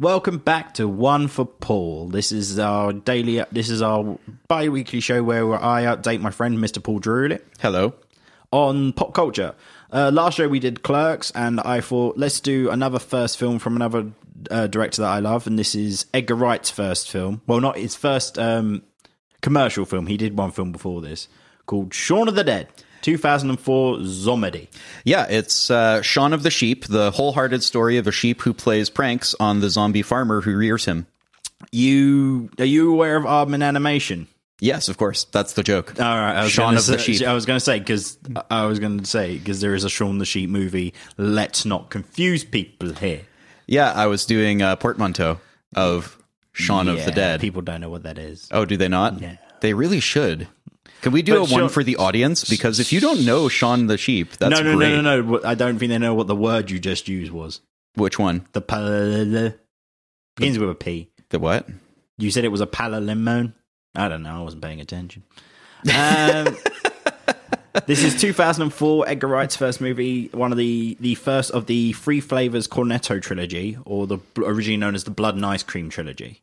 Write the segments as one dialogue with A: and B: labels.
A: Welcome back to One for Paul. This is our daily, this is our bi weekly show where I update my friend, Mr. Paul Drulitt,
B: Hello.
A: on pop culture. Uh, last show we did Clerks, and I thought, let's do another first film from another uh, director that I love, and this is Edgar Wright's first film. Well, not his first um, commercial film. He did one film before this called Shaun of the Dead, 2004 Zomedy.
B: Yeah, it's uh, Shaun of the Sheep, the wholehearted story of a sheep who plays pranks on the zombie farmer who rears him.
A: You are you aware of Aardman Animation?
B: Yes, of course. That's the joke.
A: All right, I was
B: Shaun
A: gonna
B: of the
A: say-
B: Sheep.
A: I was going to say because I was going to say because there is a Shaun the Sheep movie. Let's not confuse people here.
B: Yeah, I was doing a portmanteau of Shaun of
A: Yeah,
B: the Dead.
A: People don't know what that is.
B: Oh, do they not? They really should. Can we do
A: But
B: a one
A: Shaun-
B: for the audience? Because if you don't know Shaun the Sheep, that's
A: no, no, no,
B: great.
A: no, no. I don't think they know what the word you just used was.
B: Which one?
A: The pal begins with a P.
B: The what?
A: You said it was a palalimon. I don't know. I wasn't paying attention. Um, this is 2004, Edgar Wright's first movie, one of the the first of the Three Flavors Cornetto trilogy, or the originally known as the Blood and Ice Cream trilogy,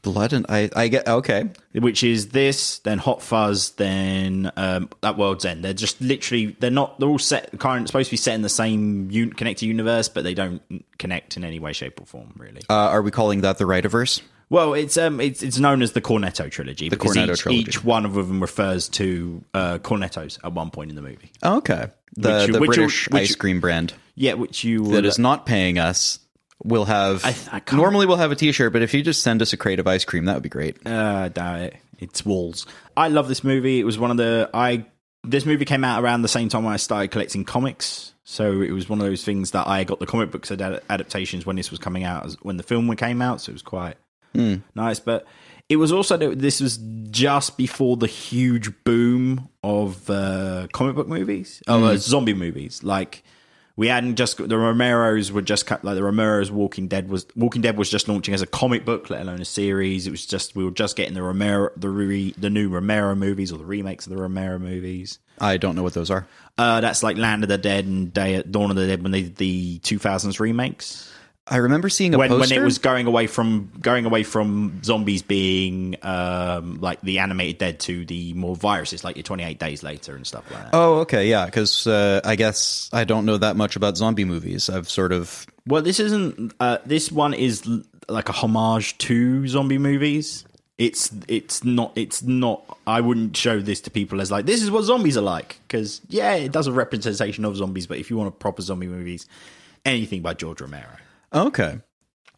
B: Blood and I. I get okay.
A: which is this, then Hot Fuzz, then um, At World's End. They're just literally they're not they're all set current supposed to be set in the same un, connected universe, but they don't connect in any way, shape, or form, really.
B: Uh, are we calling that the Rightiverse?
A: Well, it's um, it's it's known as the Cornetto trilogy. The
B: Cornetto
A: each,
B: trilogy.
A: Each one of them refers to uh, cornettos at one point in the movie.
B: Oh, okay. The,
A: Which you-
B: the
A: which you-
B: British
A: which
B: ice
A: you-
B: cream brand
A: Yeah, which you
B: that
A: would,
B: is not paying us will have.
A: I- I can't-
B: normally, we'll have a T-shirt, but if you just send us a crate of ice cream, that would be great.
A: uh, doubt it. It's walls. I love this movie. It was one of the I. This movie came out around the same time I started collecting comics, so it was one of those things that I got the comic books ad- adaptations when this was coming out, as- when the film came out. So it was quite nice, but it was also that this was just before the huge boom of uh, comic book movies, of uh, zombie movies. Like we hadn't just the Romero's were just cut, like the Romero's Walking Dead was Walking Dead was just launching as a comic book, let alone a series. It was just we were just getting the Romero the re, the new Romero movies or the remakes of the Romero movies.
B: I don't know what those are.
A: Uh, that's like Land of the Dead and Day Dawn of the Dead when they did the 2000s remakes
B: I remember seeing a
A: when, when
B: poster.
A: it was going away from going away from zombies being um, like the animated dead to the more viruses like your 28 days later and stuff like that
B: oh, okay, yeah. Because uh, I guess I don't know that much about zombie movies. I've sort of
A: well this isn't uh, this one is l- like a homage to zombie movies it's it's not it's not i wouldn't show this to people as like this is what zombies are like because yeah it does a representation of zombies but if you want a proper zombie movies anything by george romero
B: okay.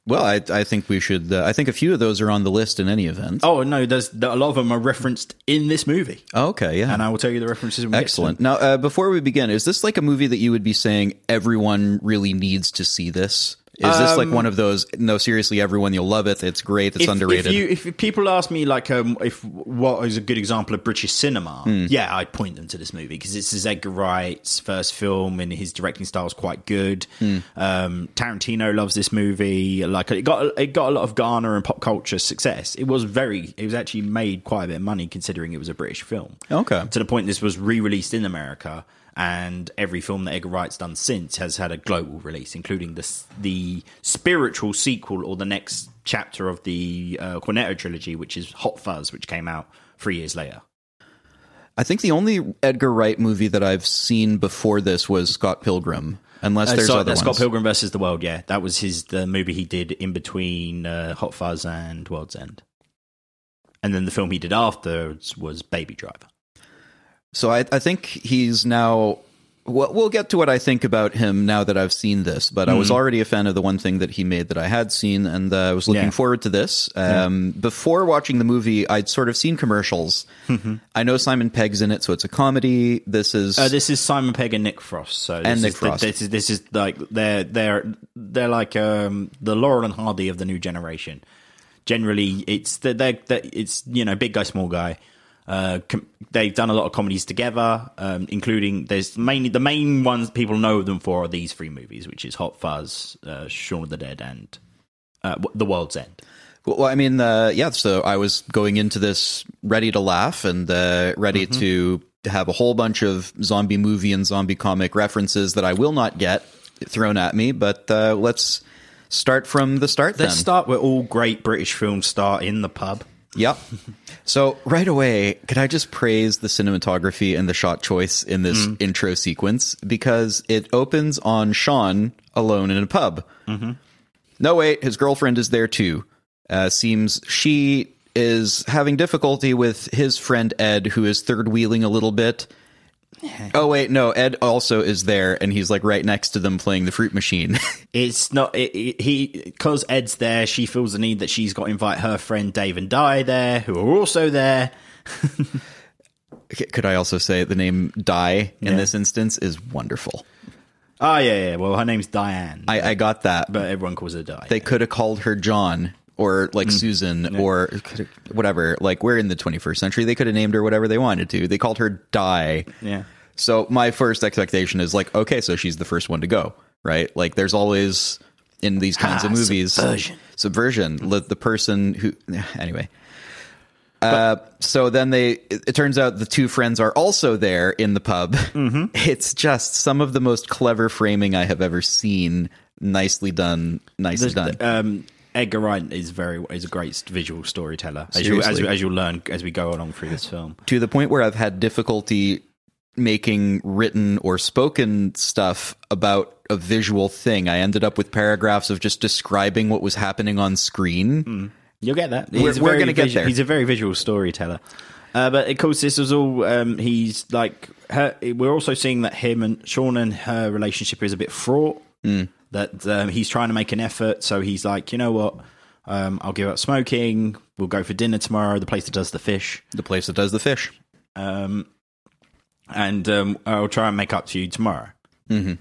B: Well, I, I think we should. Uh, I think a few of those are on the list in any event.
A: oh no there's a lot of them are referenced in this movie
B: okay, yeah.
A: and i will tell you the references when we get to
B: Excellent. Now, uh, before we begin, is this like a movie that you would be saying everyone really needs to see this? Is this like one of those? No, seriously, everyone, you'll love it. It's great. It's
A: Um, if,
B: underrated.
A: If, you, if people ask me like um, if what is a good example of British cinema,
B: Hmm.
A: yeah, I'd point them to this movie because this is Edgar Wright's first film and his directing style is quite good.
B: Hmm.
A: Um, Tarantino loves this movie. Like it got it got a lot of Ghana and pop culture success. It was very it was actually made quite a bit of money considering it was a British film.
B: Okay.
A: To the point this was re-released in America. And every film that Edgar Wright's done since has had a global release, including the s- the spiritual sequel or the next chapter of the uh, Cornetto trilogy, which is Hot Fuzz, which came out three years later.
B: I think the only Edgar Wright movie that I've seen before this was Scott Pilgrim, unless
A: Uh,
B: there's
A: so
B: other
A: that's
B: ones.
A: Scott Pilgrim versus the World. Yeah, that was his the movie he did in between uh, Hot Fuzz and World's End, and then the film he did afterwards was Baby Driver.
B: So I, I think he's now. Well, we'll get to what I think about him now that I've seen this, but I was
A: Mm-hmm.
B: already a fan of the one thing that he made that I had seen, and uh, I was looking
A: Yeah.
B: forward to this. Um, Before watching the movie, I'd sort of seen commercials.
A: Mm-hmm.
B: I know Simon Pegg's in it, so it's a comedy. This is
A: Uh, this is Simon Pegg and Nick Frost. So this
B: And
A: is
B: Nick
A: the-
B: Frost.
A: this is this is like they're they're they're like um, the Laurel and Hardy of the new generation. Generally, it's the, they're, they're it's you know big guy small guy. Uh, com- they've done a lot of comedies together, um, including there's mainly the main ones people know them for are these three movies, which is Hot Fuzz, uh, Shaun of the Dead, and uh, W- The World's End.
B: Well, I mean, uh, yeah. So I was going into this ready to laugh and uh, ready to have a whole bunch of zombie movie and zombie comic references that I will not get thrown at me. But uh, let's start from the start then.
A: Let's start where all great British films start in the pub.
B: Yep. So right away, could I just praise the cinematography and the shot choice in this intro sequence because it opens on Sean alone in a pub. No, wait, his girlfriend is there too. Uh, seems she is having difficulty with his friend Ed, who is third wheeling a little bit. Oh wait, no, Ed also is there, and he's like right next to them playing the fruit machine.
A: It's not it, it- he because Ed's there. She feels the need that she's got to invite her friend Dave and Di there, who are also there.
B: C- Could I also say the name Die in
A: Yeah.
B: this instance is wonderful.
A: Oh yeah, yeah. Well, her name's Diane,
B: I, I got that.
A: but everyone calls her Di.
B: they could have called her John or like Susan or coulda- whatever. Like we're in the 21st century. They could have named her whatever they wanted to. They called her Di.
A: yeah,
B: So my first expectation is like, okay, so she's the first one to go, right? Like there's always in these kinds of movies
A: subversion.
B: subversion. The- The person who anyway. Uh, so then they it, it turns out the two friends are also there in the pub. It's just some of the most clever framing I have ever seen. Nicely done, nicely done.
A: um, Edgar Wright is very is a great visual storyteller, as you as,
B: Seriously.
A: you- as you'll learn as we go along through this film.
B: to the point where I've had difficulty making written or spoken stuff about a visual thing. I ended up with paragraphs of just describing what was happening on screen.
A: Hmm. You'll get that.
B: We're-
A: a
B: we're
A: very
B: gonna get
A: visu-
B: there.
A: He's a very visual storyteller. Uh, but of course, this is all. Um, he's like her, we're also seeing that him and Sean and her relationship is a bit fraught.
B: Mm.
A: That um, he's trying to make an effort, so he's like, you know what, um, I'll give up smoking. We'll go for dinner tomorrow. The place that does the fish,
B: The place that does the fish.
A: and um, I'll try and make up to you tomorrow.
B: Mm-hmm.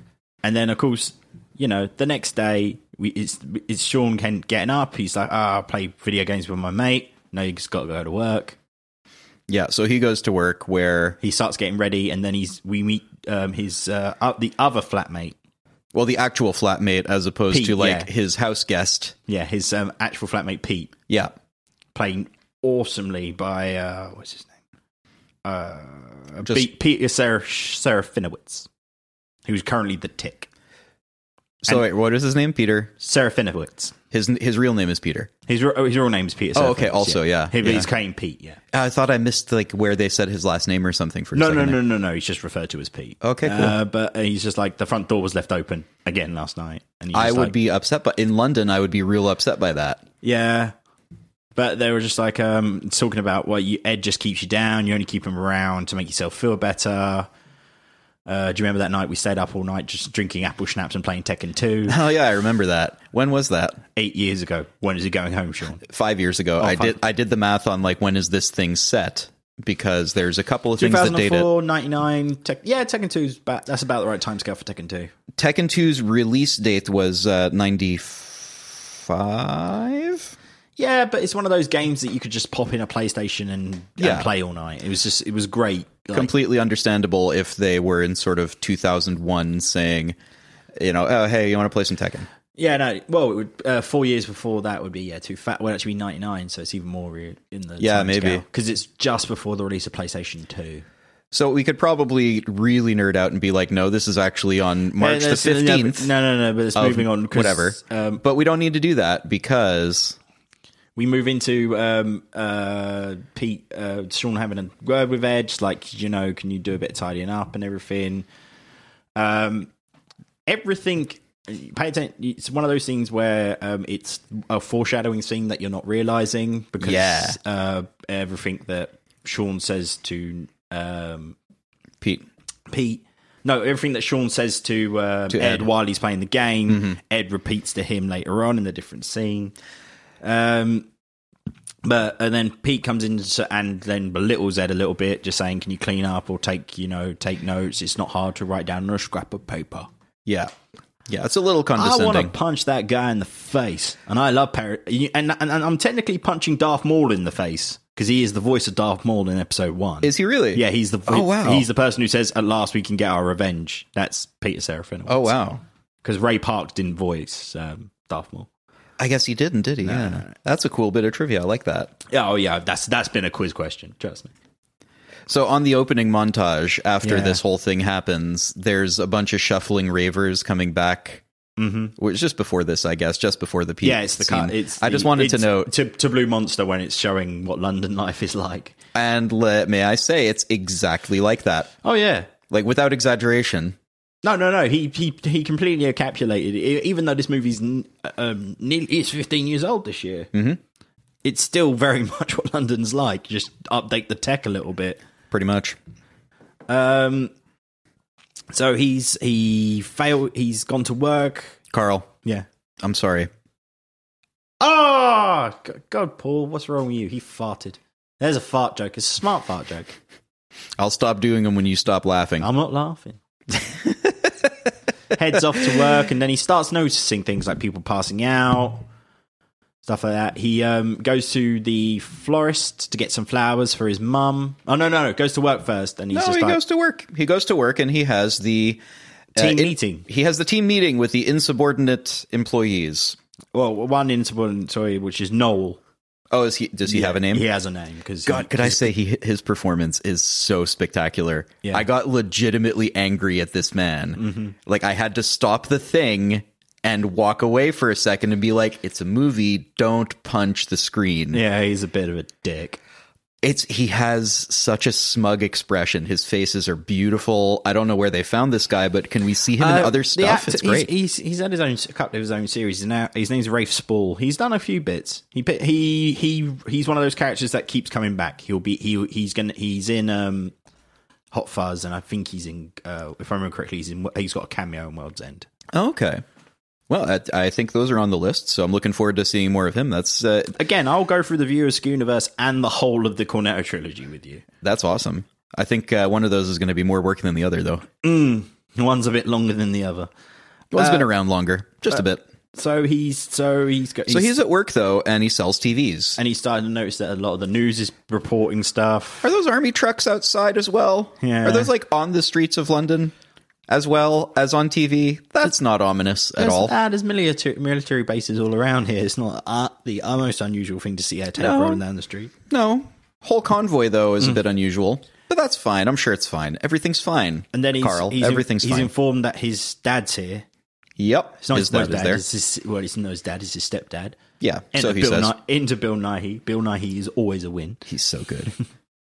A: And then, of course, you know, the next day, we, it's, it's Sean Kent getting up. He's like, ah, I play video games with my mate. No, you just got to go to work.
B: Yeah, so he goes to work where
A: he starts getting ready, and then he's we meet um, his uh, o- the other flatmate.
B: well the actual flatmate as opposed
A: Pete,
B: to like
A: yeah.
B: his house guest.
A: Yeah, his um, actual flatmate Pete,
B: Yeah.
A: played awesomely by uh, what's his name, uh,
B: Just-
A: Pete, Peter Seraf- Serafinowicz, who's currently the Tick.
B: So wait, what is his name? Peter.
A: Serafinowicz.
B: His his real name is Peter.
A: His re- oh, his real name's Peter.
B: Oh, okay,
A: Serafinowicz,
B: also, yeah,
A: He-
B: yeah.
A: he's playing Pete. Yeah.
B: I thought I missed like where they said his last name or something for a
A: No,
B: second
A: no,
B: there.
A: no, no, no. He's just referred to as Pete.
B: Okay, cool.
A: Uh, but he's just like the front door was left open again last night, and he's
B: I
A: just
B: would
A: like,
B: be upset but in London I would be real upset by that.
A: Yeah. But they were just like um, talking about what you, Ed just keeps you down. You only keep him around to make yourself feel better. Uh, do you remember that night we stayed up all night just drinking apple schnapps and playing Tekken 2?
B: Oh yeah, I remember that. When was that?
A: Eight years ago. When is he going home, Sean?
B: Five years ago, I
A: Oh, five.
B: did I did the math on like when is this thing set because there's a couple of things that date it.
A: 2004, 99. Tek- yeah, Tekken 2 is about, that's about the right timescale for Tekken 2.
B: Tekken 2's release date was uh, 95.
A: Yeah, but it's one of those games that you could just pop in a PlayStation and, and
B: Yeah.
A: play all night. It was just, it was great. Like,
B: Completely understandable if they were in sort of 2001 saying, you know, oh hey, you want to play some Tekken?
A: Yeah, no. Well, it would, uh, four years before that would be yeah too fat. Well, actually, ninety nine, so it's even more re- in the
B: Yeah, maybe.
A: because it's just before the release of PlayStation Two.
B: So we could probably really nerd out and be like, no, this is actually on March
A: No,
B: the
A: no, no,
B: 15th.
A: No, no, no. But it's moving on. 'cause,
B: whatever.
A: Um,
B: but we don't need to do that because
A: we move into um, uh, Pete uh, Sean having a word with Edge, like you know, can you do a bit of tidying up and everything? Um, everything. Pay attention. It's one of those things where um, it's a foreshadowing scene that you're not realizing because
B: Yeah.
A: uh, everything that Sean says to um,
B: Pete.
A: Pete. No, everything that Sean says to, um, Ed, Mm-hmm.
B: Ed.
A: while he's playing the game, Ed repeats to him later on in a different scene. Um, but and then Pete comes in s- and then belittles Ed a little bit, just saying, "Can you clean up or take you know take notes? It's not hard to write down on a scrap of paper."
B: Yeah. Yeah, it's a little
A: I
B: condescending.
A: want to punch that guy in the face, and I love Perry. And, and and I'm technically punching Darth Maul in the face because he is the voice of Darth Maul in Episode One.
B: Is he really?
A: Yeah, he's the
B: Oh, wow.
A: he's the person who says at last we can get our revenge. That's Peter Serafinowicz.
B: Oh wow.
A: because Ray Park didn't voice um, Darth Maul.
B: I guess he didn't, did he? yeah. That's a cool bit of trivia. I like that.
A: Yeah, oh yeah, that's that's been a quiz question. Trust me.
B: So on the opening montage, after
A: Yeah.
B: this whole thing happens, there's a bunch of shuffling ravers coming back Well, it's just before this, I guess, just before Mm-hmm. the peak.
A: Yeah, it's the
B: scene.
A: cut. It's
B: I just
A: the-
B: wanted to
A: it's
B: note,
A: to, to Blue Monster when it's showing what London life is like.
B: and let may I say, it's exactly like that,
A: Oh yeah,
B: like without exaggeration.
A: No, no, no. He he he completely encapsulated. it. E, Even though this movie's n- um, nearly it's fifteen years old this year, mm-hmm. it's still very much what London's like. Just update the tech a little bit.
B: Pretty much.
A: Um, so he's he failed. He's gone to work.
B: Carl,
A: Yeah.
B: I'm sorry.
A: Oh G- God, Paul, what's wrong with you? He farted. There's a fart joke. It's a smart fart joke.
B: I'll stop doing them when you stop laughing.
A: I'm not laughing. Heads off to work, and then he starts noticing things like people passing out, stuff like that. He um, goes to the florist to get some flowers for his mum. Oh no, no, no! Goes to work first, and he's
B: no,
A: just
B: he
A: like
B: goes to work. He goes to work, and he has the uh,
A: team
B: in-
A: meeting.
B: he has the team meeting with the insubordinate employees.
A: Well, one insubordinate, sorry, which is Noel.
B: Oh, is he? Does he have a name?
A: He has a name because
B: God, could I say he his performance is so spectacular?
A: Yeah. Mm-hmm.
B: I got legitimately angry at this man. Like I had to stop the thing and walk away for a second and be like, "It's a movie. Don't punch the screen."
A: Yeah, he's a bit of a dick.
B: It's he has such a smug expression. His faces are beautiful. I don't know where they found this guy, but can we see him in
A: Uh,
B: other
A: the
B: stuff?
A: actor-
B: it's great.
A: He's, he's he's had his own a couple of his own series. He's Now his name's Rafe Spall. He's done a few bits. He pi- he he he's one of those characters that keeps coming back. He'll be he he's gonna he's in um Hot Fuzz, and I think he's in uh, if I remember correctly, he's in he's got a cameo in World's End.
B: Oh, okay. Well, I, I think those are on the list, so I'm looking forward to seeing more of him. That's uh,
A: Again, I'll go through the Viewer's universe and the whole of the Cornetto trilogy with you.
B: that's awesome. I think uh, one of those is going to be more working than the other, though.
A: One's a bit longer than the other.
B: One's been around longer, just a bit.
A: So he's so he's got
B: So uh, he's at work though, and he sells TVs.
A: and he's starting to notice that a lot of the news is reporting stuff.
B: Are those army trucks outside as well?
A: Yeah.
B: Are those like on the streets of London as well as on TV? That's not ominous at
A: There's-
B: all.
A: Ah, there's military military bases all around here. It's not uh, the most unusual thing to see a tank
B: No.
A: rolling down the street.
B: No, whole convoy though
A: Mm.
B: is a bit unusual, but that's fine. I'm sure it's fine. Everything's fine.
A: And then he's,
B: Carl,
A: he's,
B: everything's
A: he's
B: fine.
A: informed that his dad's here.
B: yep,
A: It's not his,
B: his dad
A: dad.
B: is there.
A: It's his, well, it's not his dad. It's his stepdad.
B: yeah,
A: Into,
B: so he
A: Bill
B: says
A: Ni- into Bill Nighy. Bill Nighy is always a win.
B: he's so good.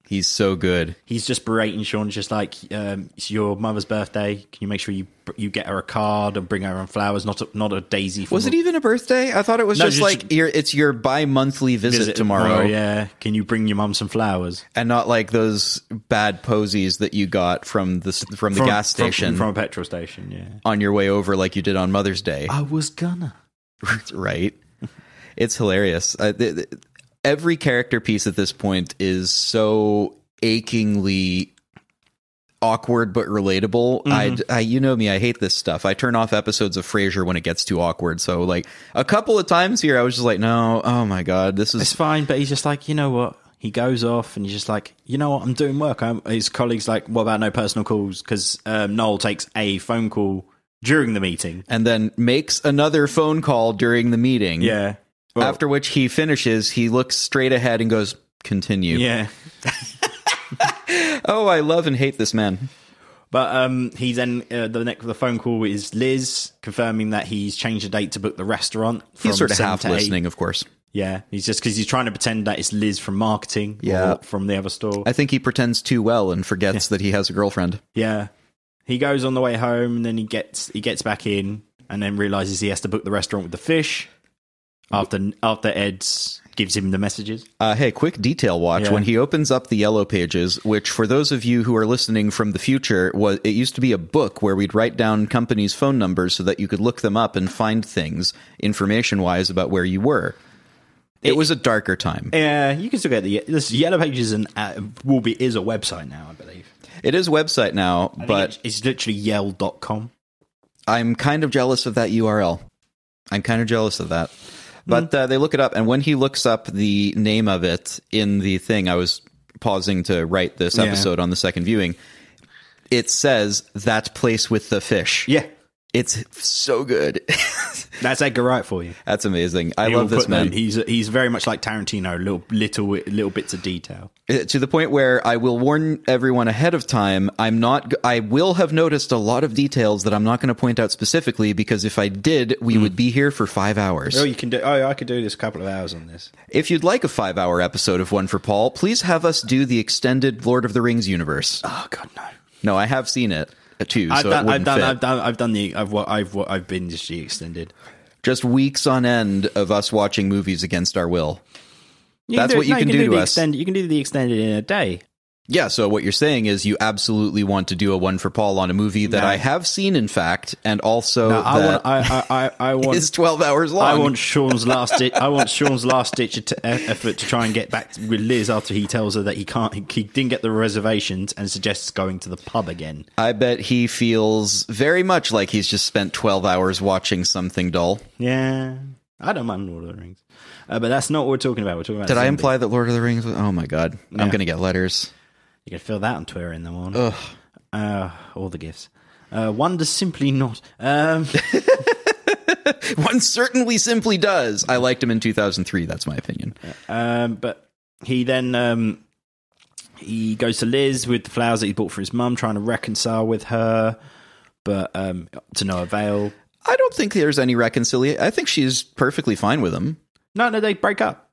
B: he's so good.
A: He's just berating Sean, just like um, it's your mother's birthday. Can you make sure you you get her a card and bring her on flowers, not a, not a daisy? From
B: Was it even a birthday? I thought it was
A: No,
B: just,
A: just-
B: like your, it's your bi-monthly visit, Oh,
A: Is it
B: tomorrow.
A: Yeah. Can you bring your mum some flowers
B: and not like those bad posies that you got from the from the
A: From-
B: gas
A: from-
B: station
A: from a petrol station? Yeah.
B: on your way over like you did on Mother's Day,
A: I was gonna.
B: right? It's hilarious. Uh, th- th- every character piece at this point is so achingly awkward but relatable.
A: Mm-hmm.
B: I, I you know me, I hate this stuff. I turn off episodes of Frasier when it gets too awkward. So like a couple of times here I was just like, "No, oh my god, this is
A: it's fine. But he's just like, you know what? He goes off and he's just like, you know what? I'm doing work. i his colleagues like, what about no personal calls? Because um, Noel takes a phone call during the meeting.
B: and then makes another phone call during the meeting.
A: Yeah. Well,
B: After which he finishes, he looks straight ahead and goes, "Continue."
A: Yeah.
B: Oh, I love and hate this man.
A: But um, he then uh, the next the phone call is Liz confirming that he's changed the date to book the restaurant. From
B: He's sort of
A: 7
B: half
A: to 8.
B: listening, of course.
A: Yeah, he's just because he's trying to pretend that it's Liz from marketing.
B: Yeah.
A: or from the other store.
B: I think he pretends too well and forgets that he has a girlfriend.
A: Yeah. He goes on the way home and then he gets he gets back in and then realizes he has to book the restaurant with the fish after after Ed's gives him the messages.
B: Uh, hey, quick detail watch
A: Yeah.
B: when he opens up the yellow pages, which for those of you who are listening from the future, was it used to be a book where we'd write down companies' phone numbers so that you could look them up and find things information wise about where you were. It, was a darker time.
A: Yeah, you can still get the this yellow pages and uh, will be is a website now, I believe.
B: it is a website now,
A: I think
B: but
A: it's, it's literally yell.com.
B: I'm kind of jealous of that URL. I'm kind of jealous of that. But
A: Hmm.
B: uh, they look it up, and when he looks up the name of it in the thing, I was pausing to write this
A: Yeah.
B: episode on the second viewing. It says that place with the fish.
A: Yeah.
B: It's so good.
A: That's Edgar Wright for you.
B: That's amazing. I
A: He will
B: love this
A: put them-
B: man.
A: He's he's very much like Tarantino. Little little little bits of detail.
B: Uh, to the point where I will warn everyone ahead of time. I'm not. g- I will have noticed a lot of details that I'm not going to point out specifically because if I did, we
A: Hmm.
B: would be here for five hours.
A: Oh, you can do. Oh, I could do this a couple of hours on this.
B: If you'd like a five-hour episode of One for Paul, please have us do the extended Lord of the Rings universe.
A: Oh God, no.
B: No, I have seen it uh, too, so
A: I've
B: it
A: done,
B: wouldn't
A: I've done,
B: fit.
A: I've done, I've done the, I've, wa- I've, wa- I've been just extended.
B: Just weeks on end of us watching movies against our will.
A: You
B: That's what you can do
A: the
B: to us.
A: Extended, you can do the extended in a day.
B: Yeah, so what you're saying is you absolutely want to do a one for Paul on a movie that
A: No.
B: I have seen, in fact, and also
A: I
B: that
A: want, I, I, I, I
B: is
A: want,
B: 12 hours long.
A: I want Sean's last, di- I want Sean's last ditch att- effort to try and get back with Liz after he tells her that he can't, he, he didn't get the reservations and suggests going to the pub again.
B: I bet he feels very much like he's just spent 12 hours watching something dull.
A: Yeah, I don't mind Lord of the Rings, uh, but that's not what we're talking about. We're talking about.
B: Did I
A: zombie.
B: imply that Lord of the Rings was. Oh my god. I'm
A: Yeah.
B: going to get letters.
A: You can fill that on Twitter in the morning. Uh, all the gifts. Uh, one does simply not. Um,
B: One certainly simply does. I liked him in 2003. That's my opinion.
A: Um, but he then um, he goes to Liz with the flowers that he bought for his mum, trying to reconcile with her, but um, to no avail.
B: I don't think there's any reconciliation. I think she's perfectly fine with him.
A: No, no, they break up.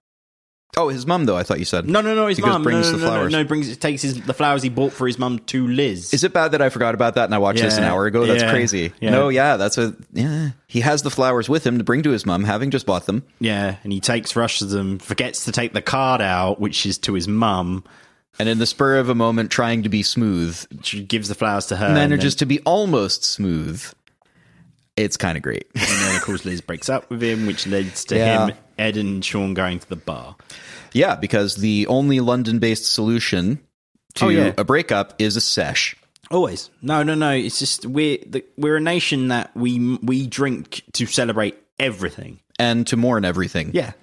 B: Oh, his mum, though, I thought you said.
A: No, no, no, his
B: He goes,
A: mum. No,
B: "Brings
A: no,
B: the
A: no, no,
B: flowers."
A: no, brings takes his, the flowers he bought for his mum to Liz.
B: Is it bad that I forgot about that and I watched this an
A: Yeah.
B: hour ago? That's
A: Yeah.
B: crazy.
A: Yeah.
B: No, yeah, that's a. Yeah. He has the flowers with him to bring to his mum, having just bought them.
A: yeah, and he takes rushes them, forgets to take the card out, which is to his mum.
B: And in the spur of a moment, trying to be smooth,
A: She gives the flowers to her, and
B: manages to be almost smooth. It's kind of great.
A: then, and then of course Liz breaks up with him, which leads to
B: Yeah.
A: him, Ed, and Sean going to the bar.
B: yeah, because the only London based solution to
A: Oh, yeah.
B: a breakup is a sesh.
A: Always. No, no, no. It's just we're the, we're a nation that we we drink to celebrate everything.
B: and to mourn everything.
A: Yeah,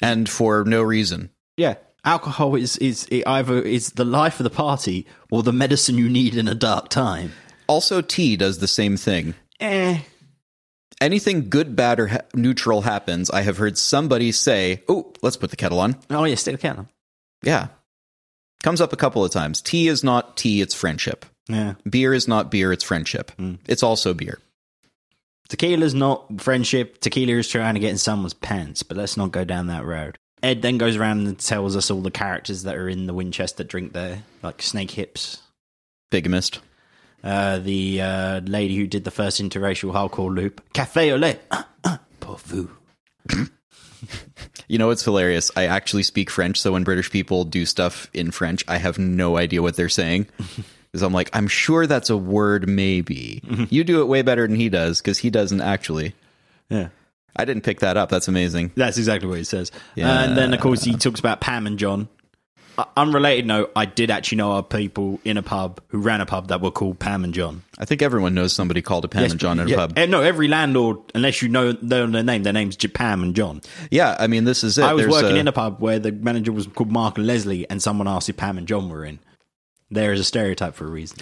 B: And for no reason.
A: yeah. Alcohol is is it either is the life of the party or the medicine you need in a dark time.
B: Also, tea does the same thing.
A: Eh.
B: Anything good, bad, or ha- neutral happens, I have heard somebody say, oh, let's put the kettle on.
A: Oh yeah, still can.
B: Yeah. Comes up a couple of times. Tea is not tea, it's friendship.
A: Yeah.
B: Beer is not beer, it's friendship. It's also beer.
A: Tequila's not friendship. Tequila is trying to get in someone's pants, but let's not go down that road. Ed then goes around and tells us all the characters that are in the Winchester drink there, like Snake Hips,
B: Bigamist.
A: uh, the uh, lady who did the first interracial hardcore loop, Cafe au lait, pour vous.
B: You know, it's hilarious. I actually speak French, so when British people do stuff in French, I have no idea what they're saying. Because I'm like, I'm sure that's a word, maybe. You do it way better than he does, because he doesn't actually.
A: Yeah,
B: I didn't pick that up. That's amazing.
A: that's exactly what it says. And then, of course, he talks about Pam and John. Uh, unrelated note: I did actually know of people in a pub who ran a pub that were called Pam and John.
B: I think everyone knows somebody called a Pam and John at a
A: yeah,
B: pub.
A: and no, every landlord, unless you know, know their name, their name's J- Pam and John.
B: Yeah, I mean, this is it.
A: I was
B: There's uh,
A: working
B: a-
A: in a pub where the manager was called Mark and Leslie, and someone asked if Pam and John were in. There is a stereotype for a reason.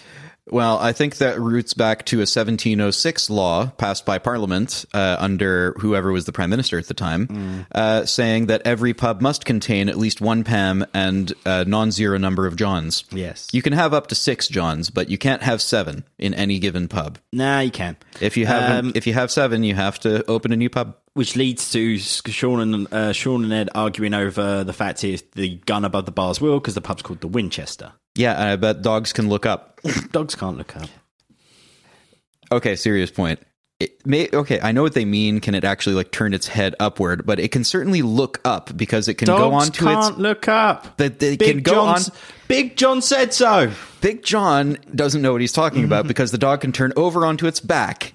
B: well, I think that roots back to a 1706 law passed by Parliament uh, under whoever was the prime minister at the time,
A: Mm.
B: uh, saying that every pub must contain at least one Pam and a non-zero number of Johns.
A: Yes.
B: You can have up to six Johns, but you can't have seven in any given pub.
A: nah, you can.
B: If you have
A: Um,
B: if you have seven, you have to open a new pub.
A: which leads to Sean and uh, Sean and Ed arguing over the fact is the gun above the bar's will because the pub's called the Winchester.
B: Yeah, and I bet dogs can look up.
A: Dogs can't look up.
B: okay serious point it may okay i know what they mean can it actually like turn its head upward but it can certainly look up because it can
A: Dogs
B: go on to
A: can't
B: its
A: look up.
B: that they
A: Big
B: can go
A: John's-
B: on
A: Big John said so.
B: big john doesn't know what he's talking
A: Mm-hmm.
B: about because the dog can turn over onto its back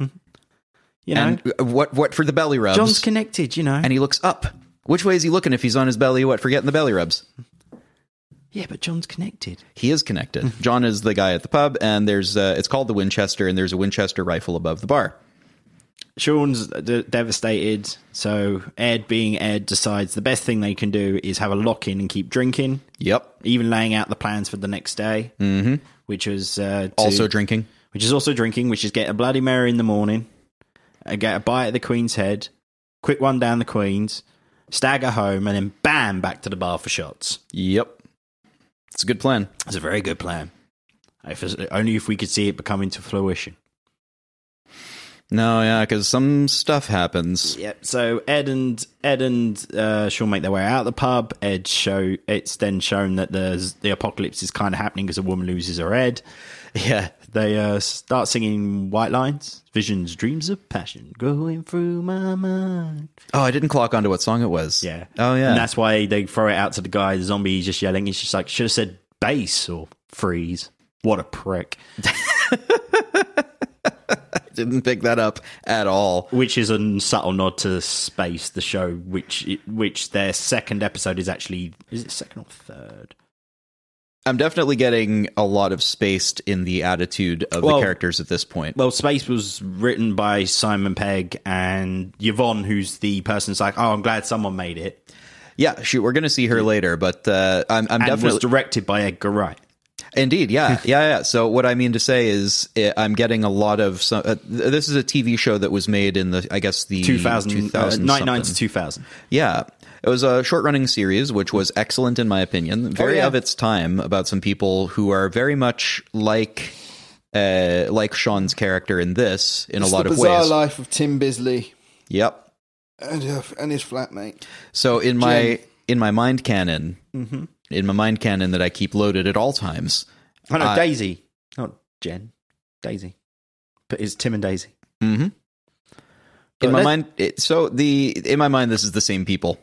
A: You know,
B: and what what for the belly rubs
A: Mm-hmm. John's connected. You know.
B: and he looks up which way is he looking if he's on his belly what forgetting the belly rubs
A: yeah, but John's connected.
B: he is connected
A: Mm-hmm.
B: john is the guy at the pub and there's uh, it's called the winchester and there's a winchester rifle above the bar
A: Sean's de- devastated. So Ed, being Ed, decides the best thing they can do is have a lock in and keep drinking.
B: yep
A: Even laying out the plans for the next day, which was uh, to-
B: also drinking
A: which is also drinking, which is get a Bloody Mary in the morning, uh, get a bite at the Queen's Head, quick one down the Queens, stagger home, and then bam, back to the bar for shots.
B: Yep. It's a good plan.
A: That's a very good plan. If it's- only if we could see it become into fruition.
B: No, yeah, because some stuff happens.
A: Yep. So Ed and Ed and uh, Sean make their way out of the pub. Ed show it's then shown that there's the apocalypse is kind of happening because a woman loses her head.
B: Yeah.
A: They uh, start singing White Lines, Visions, Dreams of Passion, going through my mind.
B: Oh, I didn't clock onto what song it was.
A: Yeah.
B: Oh, yeah.
A: And that's why they throw it out to the guy, the zombie, he's just yelling. He's just like, should have said base or freeze. What a prick.
B: didn't pick that up at all.
A: Which is a subtle nod to Space, the show, which which their second episode is actually is it second or third?
B: I'm definitely getting a lot of spaced in the attitude of
A: Well-
B: the characters at this point.
A: Well, Space was written by Simon Pegg and Yvonne, who's the person who's like, oh, I'm glad someone made it,
B: Yeah, shoot, we're going to see her later, but uh, I'm, I'm
A: and
B: definitely
A: was directed by Edgar Wright.
B: Indeed, yeah, yeah, yeah. So what I mean to say is, eh, I'm getting a lot of. Some, uh, th- this is a TV show that was made in the, I guess the
A: 2000,
B: 2000
A: uh, 99 to
B: Mm, something.
A: 2000.
B: Yeah, it was a short-running series, which was excellent in my opinion, very
A: Oh, yeah.
B: of its time, about some people who are very much like, uh, like Sean's character in this in a lot
C: the
B: of
C: bizarre
B: ways.
C: life of Tim Bisley
B: Yep.
C: and, her, and his flatmate.
B: So in my
C: Jim.
B: in my mind canon,
A: Mm-hmm.
B: in my mind canon that I keep loaded at all times.
A: I know
B: Uh,
A: Daisy, not Jen, Daisy, but it's Tim and Daisy.
B: In
A: But
B: my
A: that-
B: mind, it, so the in my mind this is the same people.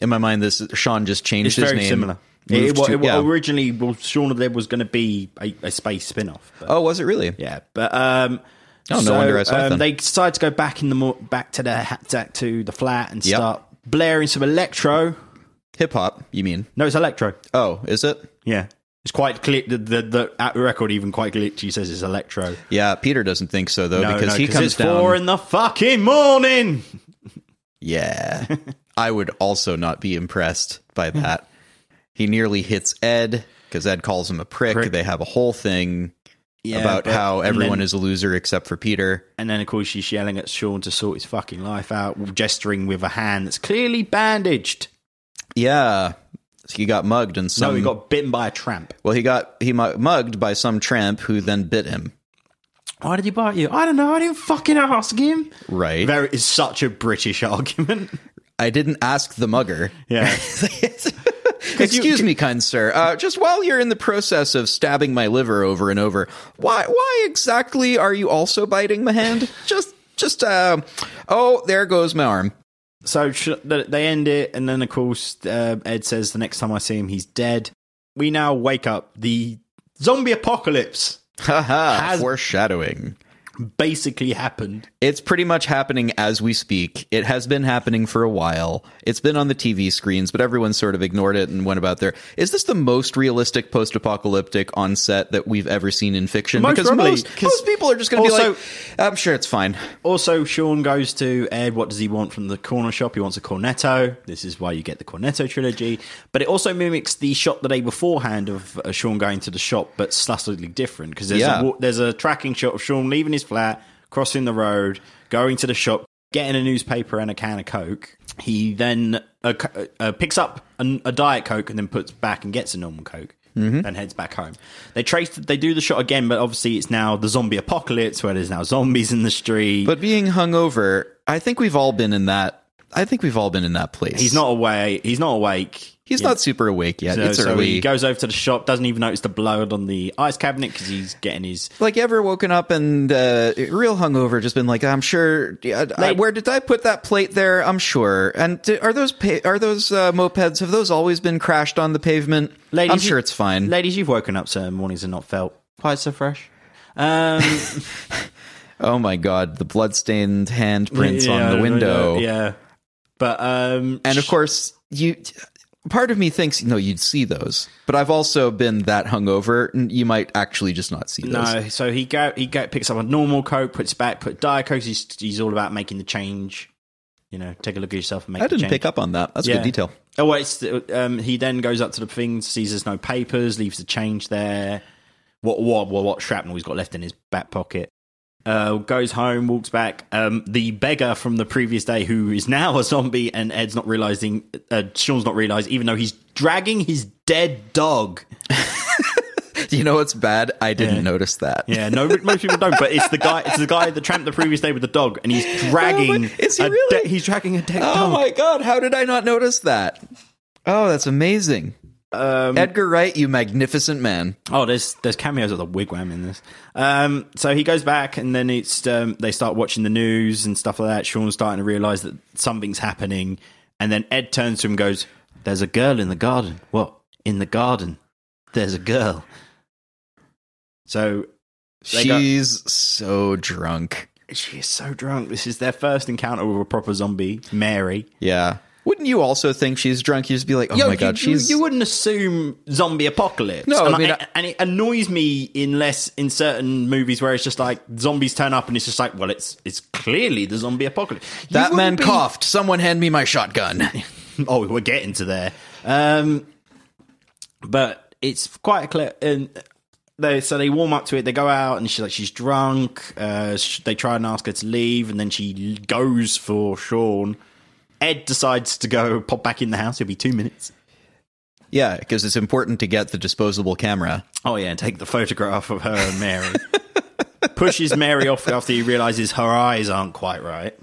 B: In my mind, this Sean just changed
A: It's
B: his
A: very
B: name.
A: similar.
B: moved
A: It, wa-
B: to-
A: it wa-
B: yeah.
A: Originally, well, Shaun of the Dead was going to be a, a space spin off.
B: Oh, was it really?
A: Yeah, but um,
B: Oh, no wonder I saw it then.
A: They decide to go back in the mo- back to the ha- back to the flat and
B: Yep.
A: start blaring some electro.
B: Hip hop, you mean?
A: No, it's electro.
B: Oh, is it?
A: Yeah, it's quite clear. The, the, the at record even quite literally says it's electro.
B: Yeah, Peter doesn't think so though
A: No,
B: because
A: no,
B: he comes
A: it's
B: down.
A: four in the fucking morning.
B: yeah, I would also not be impressed by
A: Hmm.
B: that. he nearly hits Ed because Ed calls him a prick.
A: Prick.
B: They have a whole thing about
A: but-
B: how
A: and
B: everyone
A: then-
B: is a loser except for Peter.
A: And then, of course, she's yelling at Sean to sort his fucking life out, gesturing with a hand that's clearly bandaged.
B: Yeah, he got mugged and some.
A: No, he got bitten by a tramp.
B: well, he got he mu- mugged by some tramp who then bit him.
A: Why did he bite you? I don't know. I didn't fucking ask him.
B: Right.
A: Very is such a British argument.
B: I didn't ask the mugger.
A: Yeah.
B: Excuse me, kind sir. Uh, just while you're in the process of stabbing my liver over and over, why why exactly are you also biting my hand? Just just uh, oh, there goes my arm.
A: so sh- th- they end it, and then of course uh, Ed says, "The next time I see him, he's dead." We now wake up the zombie apocalypse.
B: Haha,
A: Has-
B: foreshadowing.
A: Basically happened.
B: It's pretty much happening as we speak. It has been happening for a while. It's been on the TV screens, but everyone sort of ignored it and went about their. Is this the most realistic post-apocalyptic onset that we've ever seen in fiction?
A: Most
B: because
A: probably,
B: most,
A: 'cause
B: most people are just going to be
A: also-
B: like, "I'm sure it's fine."
A: Also, Sean goes to Ed. What does he want from the corner shop? He wants a cornetto. This is why you get the cornetto trilogy. But it also mimics the shot the day beforehand of uh, Sean going to the shop, but slightly different because there's
B: Yeah.
A: a, wa- there's a tracking shot of Sean leaving his flat, crossing the road, going to the shop, getting a newspaper and a can of coke. He then uh, co- uh, picks up a, a diet coke and then puts back and gets a normal coke. And heads back home. They trace. They do the shot again, but obviously it's now the zombie apocalypse, where there's now zombies in the street.
B: But being hungover, I think we've all been in that. I think we've all been in that place.
A: He's not away. He's not awake.
B: He's not super awake yet.
A: So,
B: it's
A: so
B: early.
A: he goes over to the shop. Doesn't even notice the blood on the ice cabinet because he's getting his.
B: like you ever woken up and uh, real hungover, just been like, I'm sure. yeah, I,
A: Like-
B: where did I put that plate there? I'm sure. And d- are those pa- are those uh, mopeds? Have those always been crashed on the pavement?
A: Ladies,
B: I'm
A: you-
B: sure it's fine.
A: Ladies, you've woken up certain mornings and not felt quite so fresh. Um,
B: oh my god, the bloodstained handprints on the window.
A: Yeah, but um,
B: And of course, you. Part of me thinks no, you'd see those, but I've also been that hungover. and You might actually just not see those.
A: no. So he go he go picks up a normal coke, puts it back, put diet coke. He's he's all about making the change. You know, take a look at yourself and make.
B: I
A: the
B: didn't
A: change.
B: pick up on that. That's
A: Yeah.
B: good detail.
A: Oh, well, it's um, he then goes up to the thing, sees there's no papers, leaves the change there. What what what, what shrapnel he's got left in his back pocket. uh, goes home, walks back. Um, the beggar from the previous day, who is now a zombie, and Ed's not realizing, uh, Sean's not realized, even though he's dragging his dead dog.
B: You know what's bad? I didn't notice that.
A: Yeah, no, most people don't. But it's the guy, it's the guy, the tramp, the previous day with the dog, and he's dragging.
B: my- is he
A: a
B: really?
A: he's dragging a dead
B: Oh
A: dog.
B: my god, how did I not notice that? Oh, that's amazing.
A: Um,
B: Edgar Wright, you magnificent man.
A: Oh, there's there's cameos of the wigwam in this. Um, so he goes back, and then it's um, they start watching the news and stuff like that. Sean's starting to realize that something's happening, and then Ed turns to him, and goes, "There's a girl in the garden. What in the garden? There's a girl." So They got-
B: She's so drunk.
A: she is so drunk. This is their first encounter with a proper zombie, Mary.
B: Yeah. Wouldn't you also think she's drunk? You'd just be like, oh
A: Yo,
B: my
A: you-
B: god,
A: you,
B: she's.
A: you wouldn't assume zombie apocalypse.
B: No,
A: and,
B: I mean,
A: I- and it annoys me unless in certain movies where it's just like zombies turn up and it's just like, well, it's it's clearly the zombie apocalypse. You
B: that man
A: wouldn't be-
B: coughed. Someone hand me my shotgun.
A: Oh, we're getting to there. Um, but it's quite a clear. And they so they warm up to it. They go out and she's like she's drunk. Uh, sh- they try and ask her to leave, and then she goes for Sean. Ed decides to go pop back in the house. It'll be two minutes.
B: yeah, because it's important to get the disposable camera.
A: Oh yeah, and take the photograph of her and Mary. Pushes Mary off after he realizes her eyes aren't quite right.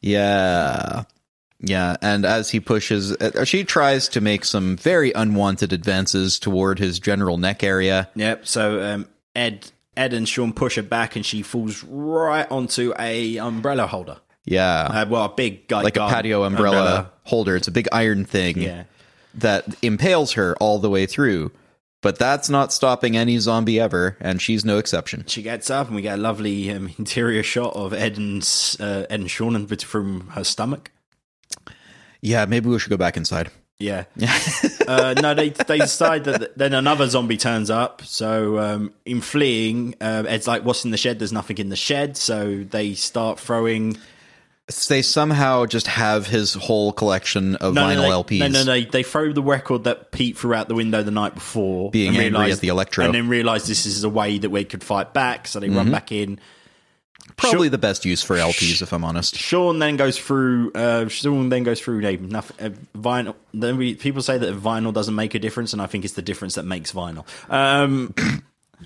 B: Yeah. Yeah, and as he pushes, uh, she tries to make some very unwanted advances toward his general neck area.
A: Yep. So um, Ed, Ed and Sean push her back, and she falls right onto a umbrella holder.
B: Yeah.
A: Uh, well, a big like,
B: like a
A: garden
B: patio umbrella, holder. It's a big iron thing
A: Yeah.
B: that impales her all the way through. But that's not stopping any zombie ever, and she's no exception.
A: She gets up, and we get a lovely um, interior shot of Ed and s- uh, Ed and Sean and bit from her stomach.
B: Yeah, maybe we should go back inside.
A: Yeah. uh, no, they they decide that then another zombie turns up. So um, in fleeing, uh, Ed's like, "What's in the shed?" There's nothing in the shed. So they start throwing
B: They somehow just have his whole collection of
A: no,
B: vinyl
A: no, they,
B: LPs.
A: No, no, no. They throw the record that Pete threw out the window the night before,
B: Being angry
A: realise-
B: at the Electro. Mm-hmm.
A: and then realize this is a way that we could fight back. So they run back in.
B: Probably the best use for LPs, if I'm honest.
A: Sean then goes through. Uh, Sean then goes through. Hey, nothing, uh, vinyl. Then we, people say that vinyl doesn't make a difference, and I think it's the difference that makes vinyl. Um,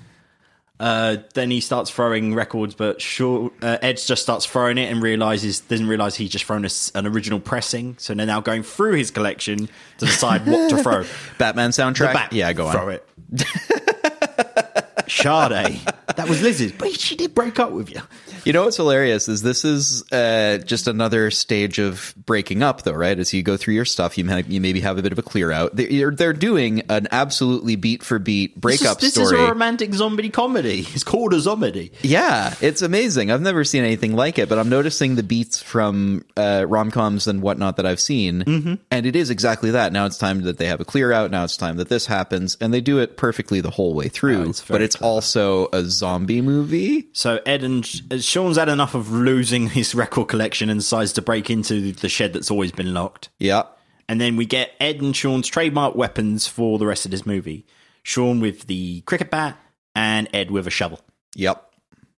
A: uh, then he starts throwing records, but Sean, uh, Ed just starts throwing it and realizes doesn't realize he's just thrown a s an original pressing. So they're now going through his collection to decide what to throw.
B: Batman soundtrack.
A: Back,
B: yeah, go on.
A: Throw it. Sade. That was Liz's, but she did break up with you.
B: You know what's hilarious is this is uh, just another stage of breaking up, though, right? As you go through your stuff, you may, you maybe have a bit of a clear out. They're, they're doing an absolutely beat for beat breakup
A: this is,
B: story.
A: This is a romantic zombie comedy. It's called a zombie.
B: yeah, it's amazing. I've never seen anything like it, but I'm noticing the beats from uh, rom coms and whatnot that I've seen,
A: Mm-hmm.
B: and it is exactly that. Now it's time that they have a clear out. Now it's time that this happens, and they do it perfectly the whole way through.
A: it's very
B: but it's also a zombie movie.
A: So Ed and uh, Sean's had enough of losing his record collection and decides to break into the shed that's always been locked.
B: Yeah.
A: And then we get Ed and Sean's trademark weapons for the rest of this movie. Sean with the cricket bat and Ed with a shovel.
B: Yep.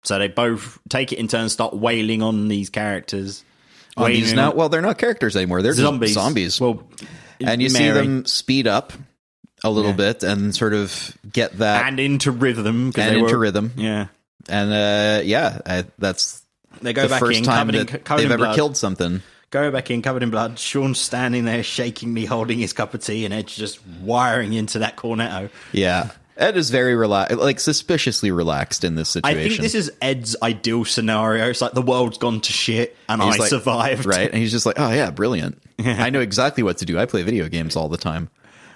A: So they both take it in turn, start wailing on these characters.
B: on these
A: Wailing
B: now.
A: on-
B: Well, they're not characters anymore. They're
A: zombies.
B: zombies. Zombies.
A: Well,
B: and you see
A: Mary.
B: them speed up a little bit and sort of get that
A: and into rhythm 'cause
B: and
A: they
B: into
A: were-
B: rhythm.
A: Yeah,
B: And uh, yeah, I, that's
A: they go
B: the
A: back
B: first
A: in,
B: time
A: covered in,
B: that
A: covered
B: they've
A: in
B: ever
A: blood.
B: killed something.
A: Go back in, covered in blood. Sean's standing there, shakingly holding his cup of tea, and Ed's just wiring into that cornetto.
B: Yeah. Ed is very relaxed, like suspiciously relaxed in this
A: I
B: situation.
A: think this is Ed's ideal scenario. It's like the world's gone to shit, and I
B: He's like-
A: survived.
B: Right. And he's just like, oh, yeah, brilliant. I know exactly what to do. I play video games all the time.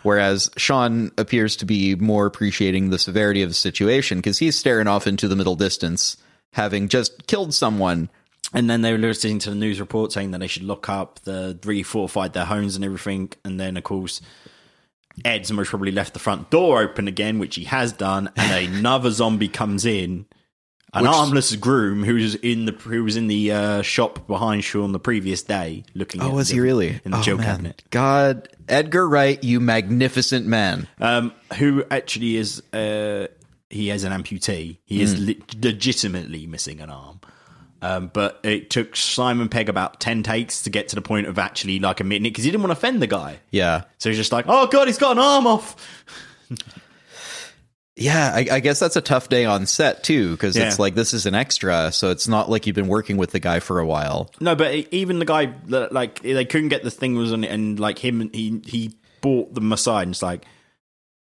B: Whereas Sean appears to be more appreciating the severity of the situation because he's staring off into the middle distance, having just killed someone.
A: And then they were listening to the news report saying that they should lock up, the refortified their homes and everything. And then, of course, Ed's most probably left the front door open again, which he has done. And another zombie comes in, an
B: Which-
A: armless groom who was in the who was in the uh, shop behind Sean the previous day, looking.
B: Oh,
A: at
B: was
A: the-
B: he really?
A: in the
B: oh,
A: jail
B: man.
A: cabinet?
B: God, Edgar Wright, you magnificent man.
A: Um, who actually is uh, he is an amputee. He is le- legitimately missing an arm. Um, but it took Simon Pegg about 10 takes to get to the point of actually like admitting it because he didn't want to offend the guy.
B: Yeah.
A: So he's just like, oh God, he's got an arm off.
B: Yeah, I, I guess that's a tough day on set too, because
A: Yeah.
B: it's like this is an extra, so it's not like you've been working with the guy for a while.
A: No, but e- even the guy, that, like, they couldn't get the thing was on it and like him, he, he brought them aside and it's like,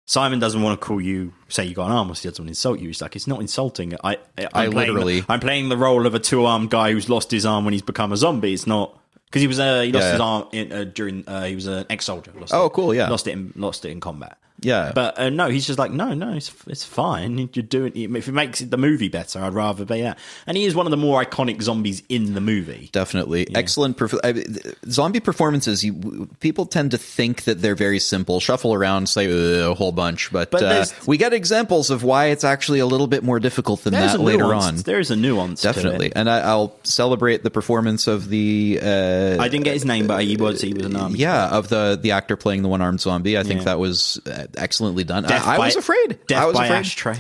A: Simon doesn't want to call you, say you got an arm, or he doesn't want to insult you. He's like, it's not insulting. I, I,
B: I
A: I'm playing the-
B: literally-
A: I'm playing the role of a two armed guy who's lost his arm when he's become a zombie. It's not because he was uh, he lost
B: Yeah.
A: his arm in, uh, during uh, he was an ex soldier.
B: Oh, cool, yeah.
A: lost it in, lost it in combat.
B: Yeah.
A: but uh, no, he's just like, no, no, it's it's fine. You're doing if it makes the movie better, I'd rather be that. And he is one of the more iconic zombies in the movie.
B: Definitely excellent. Perf- I, th- zombie performances. You, w- people tend to think that they're very simple, shuffle around, say "Ugh," a whole bunch, but,
A: But
B: uh,
A: there's-
B: we get examples of why it's actually a little bit more difficult than that later
A: nuance.
B: on.
A: There is a nuance. to it.
B: Definitely, and I, I'll celebrate the performance of the uh,
A: I didn't get his name, but he was he was an army.
B: yeah of the the actor playing the one armed zombie. I think
A: Yeah.
B: that was uh, excellently done.
A: Death
B: I, I
A: by-
B: was afraid.
A: Death
B: I was
A: by
B: afraid.
A: ashtray.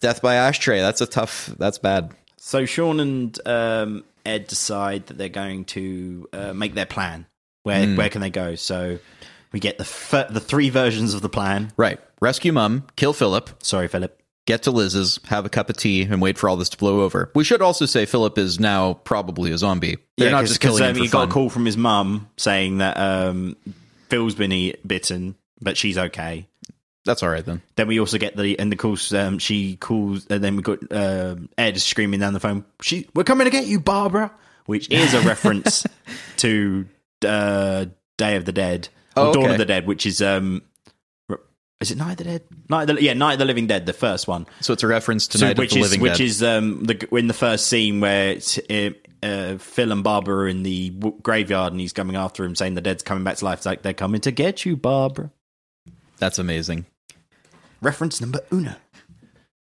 B: Death by ashtray. That's a tough. That's bad.
A: So Sean and um, Ed decide that they're going to uh, make their plan. Where
B: Hmm.
A: where can they go? So we get the f- the three versions of the plan.
B: Right. Rescue mum. Kill Philip.
A: Sorry, Philip.
B: get to Liz's, have a cup of tea, and wait for all this to blow over. We should also say Philip is now probably a zombie. They're not
A: 'cause-
B: just
A: 'cause,
B: killing
A: um,
B: him
A: He
B: for
A: got
B: fun.
A: a call from his mum saying that um, Phil's been eat- bitten, but she's okay.
B: That's all right then.
A: Then we also get the and the calls. Um, she calls, and then we got um, Ed screaming down the phone. She, we're coming to get you, Barbara, which is a reference to uh, Day of the Dead or
B: Oh,
A: Dawn
B: okay.
A: of the Dead, which is um, re- is it Night of the Dead? Night of the, yeah, Night of the Living Dead, the first one,
B: So it's a reference to
A: So-
B: Night
A: which
B: of the
A: is
B: Living
A: which
B: Dead.
A: is um, the in the first scene where it's, uh, uh, Phil and Barbara are in the w- graveyard, and he's coming after him, saying the dead's coming back to life. It's like they're coming to get you, Barbara.
B: That's amazing.
A: Reference number uno.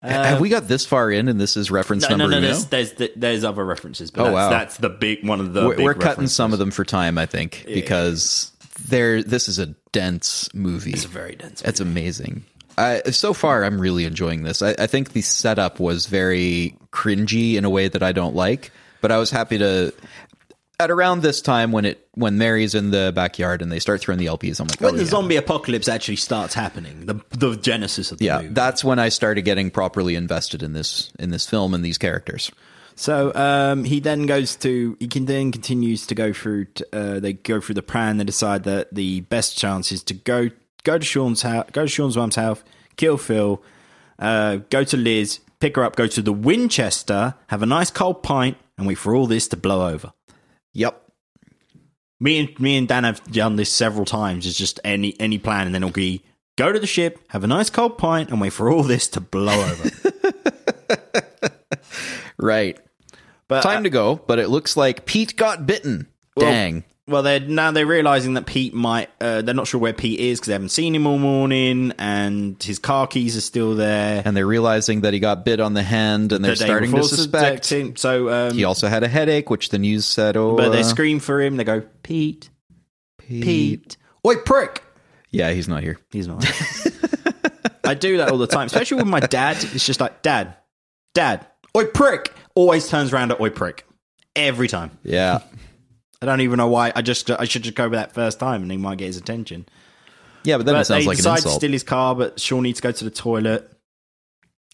B: have we got this far in, and this is reference
A: Uh, no,
B: number
A: no, no.
B: uno?
A: There's there's, th- there's other references, but
B: Oh,
A: that's,
B: wow.
A: that's the big one of the.
B: we're
A: big
B: we're cutting
A: references.
B: some of them for time, I think, because there. This is a dense movie.
A: It's very dense.
B: That's amazing. I, so far, I'm really enjoying this. I, I think the setup was very cringy in a way that I don't like, but I was happy to. At around this time, when it when Mary's in the backyard and they start throwing the LPs, I'm like,
A: When
B: oh,
A: the
B: yeah.
A: zombie apocalypse actually starts happening, the the genesis of the
B: yeah,
A: movie.
B: that's when I started getting properly invested in this in this film and these characters.
A: So um, he then goes to he can then continues to go through. t uh, they go through the plan. They decide that the best chance is to go go to Sean's house, go to Sean's mum's house, kill Phil, uh, go to Liz, pick her up, go to the Winchester, have a nice cold pint, and wait for all this to blow over.
B: Yep.
A: Me and me and Dan have done this several times. It's just any any plan, and then it'll be go to the ship, have a nice cold pint, and wait for all this to blow over.
B: Right.
A: But
B: Time to go, but it looks like Pete got bitten. Dang.
A: Uh, Well, they're now they're realizing that Pete might. Uh, they're not sure where Pete is because they haven't seen him all morning, and his car keys are still there.
B: And they're realizing that he got bit on the hand, and they're
A: The day
B: starting to
A: before
B: suspect.
A: suspecting- So, um,
B: He also had a headache, which the news said. Oh,
A: but they
B: uh,
A: scream for him. They go, Pete, Pete, oi, prick.
B: Yeah, he's not here.
A: He's not. I do that all the time, especially with my dad. It's just like, Dad, Dad, oi, prick. Always turns around at oi, prick. Every time.
B: Yeah.
A: I don't even know why. I just I should just go with that first time, and he might get his attention.
B: Yeah, but then
A: But
B: it sounds
A: they
B: like an
A: decide to
B: insult.
A: steal his car, but Sean needs to go to the toilet.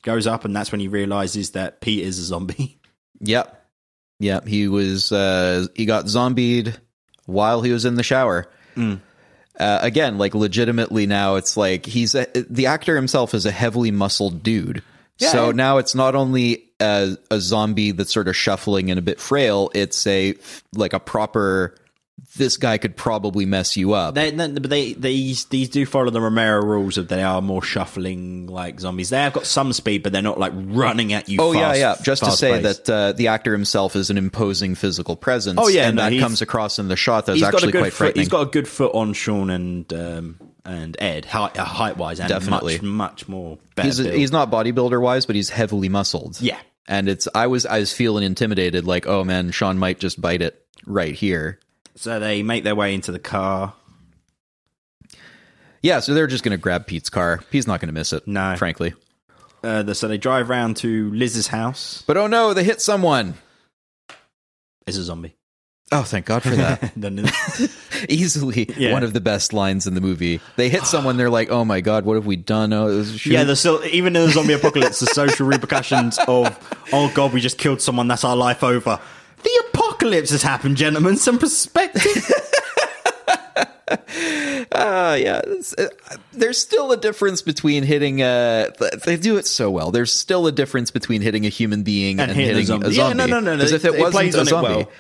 A: Goes up, and that's when he realizes that Pete is a zombie.
B: yep. Yep. He was, uh, he got zombied while he was in the shower.
A: Mm.
B: Uh, again, like legitimately now, it's like he's a, the actor himself is a heavily muscled dude. so now it's not only a, a zombie that's sort of shuffling and a bit frail, it's a like a proper, this guy could probably mess you up.
A: They, they, but they these these do follow the Romero rules of they are more shuffling like zombies. They have got some speed, but they're not like running at you.
B: Oh yeah,
A: fast-
B: yeah. Just to
A: fast
B: say
A: pace.
B: that uh, the actor himself is an imposing physical presence.
A: Oh, yeah,
B: and
A: no,
B: that
A: he's-
B: comes across in the shot. That's
A: he's got a
B: actually
A: good
B: quite
A: foot.
B: frightening.
A: He's got a good foot on Sean and um, and Ed height, height wise, and
B: Definitely.
A: much much more. Better
B: he's,
A: build.
B: he's not bodybuilder wise, but he's heavily muscled.
A: Yeah.
B: and it's I was I was feeling intimidated, like oh man, Sean might just bite it right here.
A: so they make their way into the car.
B: Yeah, so they're just gonna grab Pete's car. He's not gonna miss it.
A: No.
B: frankly,
A: Uh, the, so they drive round to Liz's house.
B: But oh no, they hit someone.
A: It's a zombie.
B: Oh, thank God for that.
A: No, no, no.
B: Easily
A: Yeah.
B: one of the best lines in the movie. They hit someone, they're like, oh my God, what have we done? Oh, it was a shoot.
A: yeah, there's still even in the zombie apocalypse, the social repercussions of oh god, we just killed someone. That's our life over. The apocalypse has happened, gentlemen. Some perspective.
B: Uh, yeah, it's- uh, there's still a difference between hitting a. th- They do it so well. There's still a difference between hitting a human being and, hitting, a zombie.
A: Yeah, no, no, no, no.
B: Because if it, wasn't
A: plays
B: a
A: on
B: zombie,
A: it well,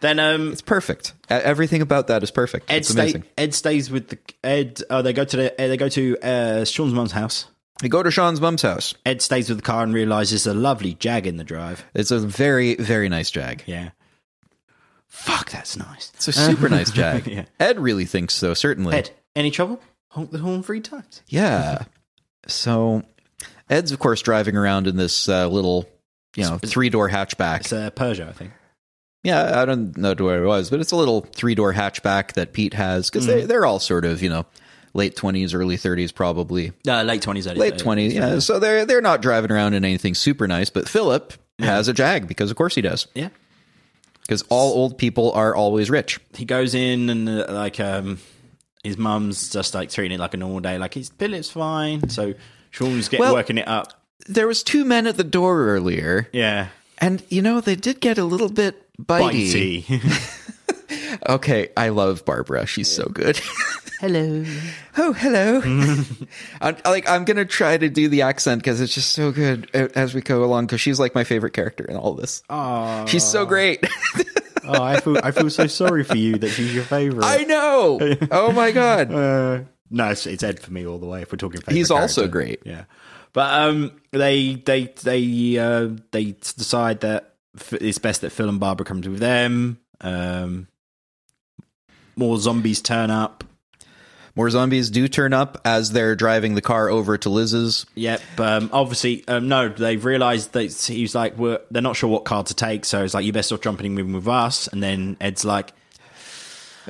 A: then um,
B: it's perfect. E- Everything about that is perfect.
A: Ed,
B: it's
A: stay,
B: amazing.
A: Ed stays with the Ed. Oh, they go to the uh, they go to uh, Sean's mum's house.
B: They go to Sean's mum's house.
A: Ed stays with the car and realizes a lovely jag in the drive.
B: It's a very, very nice jag.
A: Yeah. Fuck, that's nice.
B: It's a super nice jag.
A: Yeah.
B: Ed really thinks so. Certainly.
A: Ed, any trouble? Honk the horn three times.
B: Yeah. so Ed's of course driving around in this uh, little, you know, three door hatchback.
A: It's a Peugeot, I think.
B: Yeah, I don't know to where it was, but it's a little three door hatchback that Pete has because they, they're all sort of, you know, late 20s, early 30s, probably.
A: No, late twenties, early
B: Late 20s, yeah. So they're, they're not driving around in anything super nice, but Philip has a Jag because, of course, he does.
A: Yeah.
B: Because all old people are always rich.
A: He goes in and uh, like um, his mum's just like treating it like a normal day. Like his Philip's fine, so Sean's getting
B: Well-
A: working it up.
B: There was two men at the door earlier,
A: Yeah,
B: and, you know, they did get a little bit bitey.
A: bitey.
B: Okay, I love Barbara. She's so good.
D: Hello.
B: oh hello I'm, like i'm gonna try to do the accent because it's just so good uh, as we go along because she's like my favorite character in all this
A: Aw.
B: she's so great
A: oh, I feel I feel so sorry for you that she's your favorite.
B: i know oh my god
A: Uh, no, it's, it's Ed for me all the way. If we're talking, favorite
B: He's also
A: character.
B: great.
A: Yeah, but um, they they they uh, they s- decide that f- it's best that Phil and Barbara comes with them. Um, more zombies turn up.
B: more zombies do turn up as they're driving the car over to liz's
A: Yep. Um, obviously, um, no. They've realised that it's- he's like, we're, they're not sure what card to take, so it's like you're best off jumping in with- with us. And then Ed's like,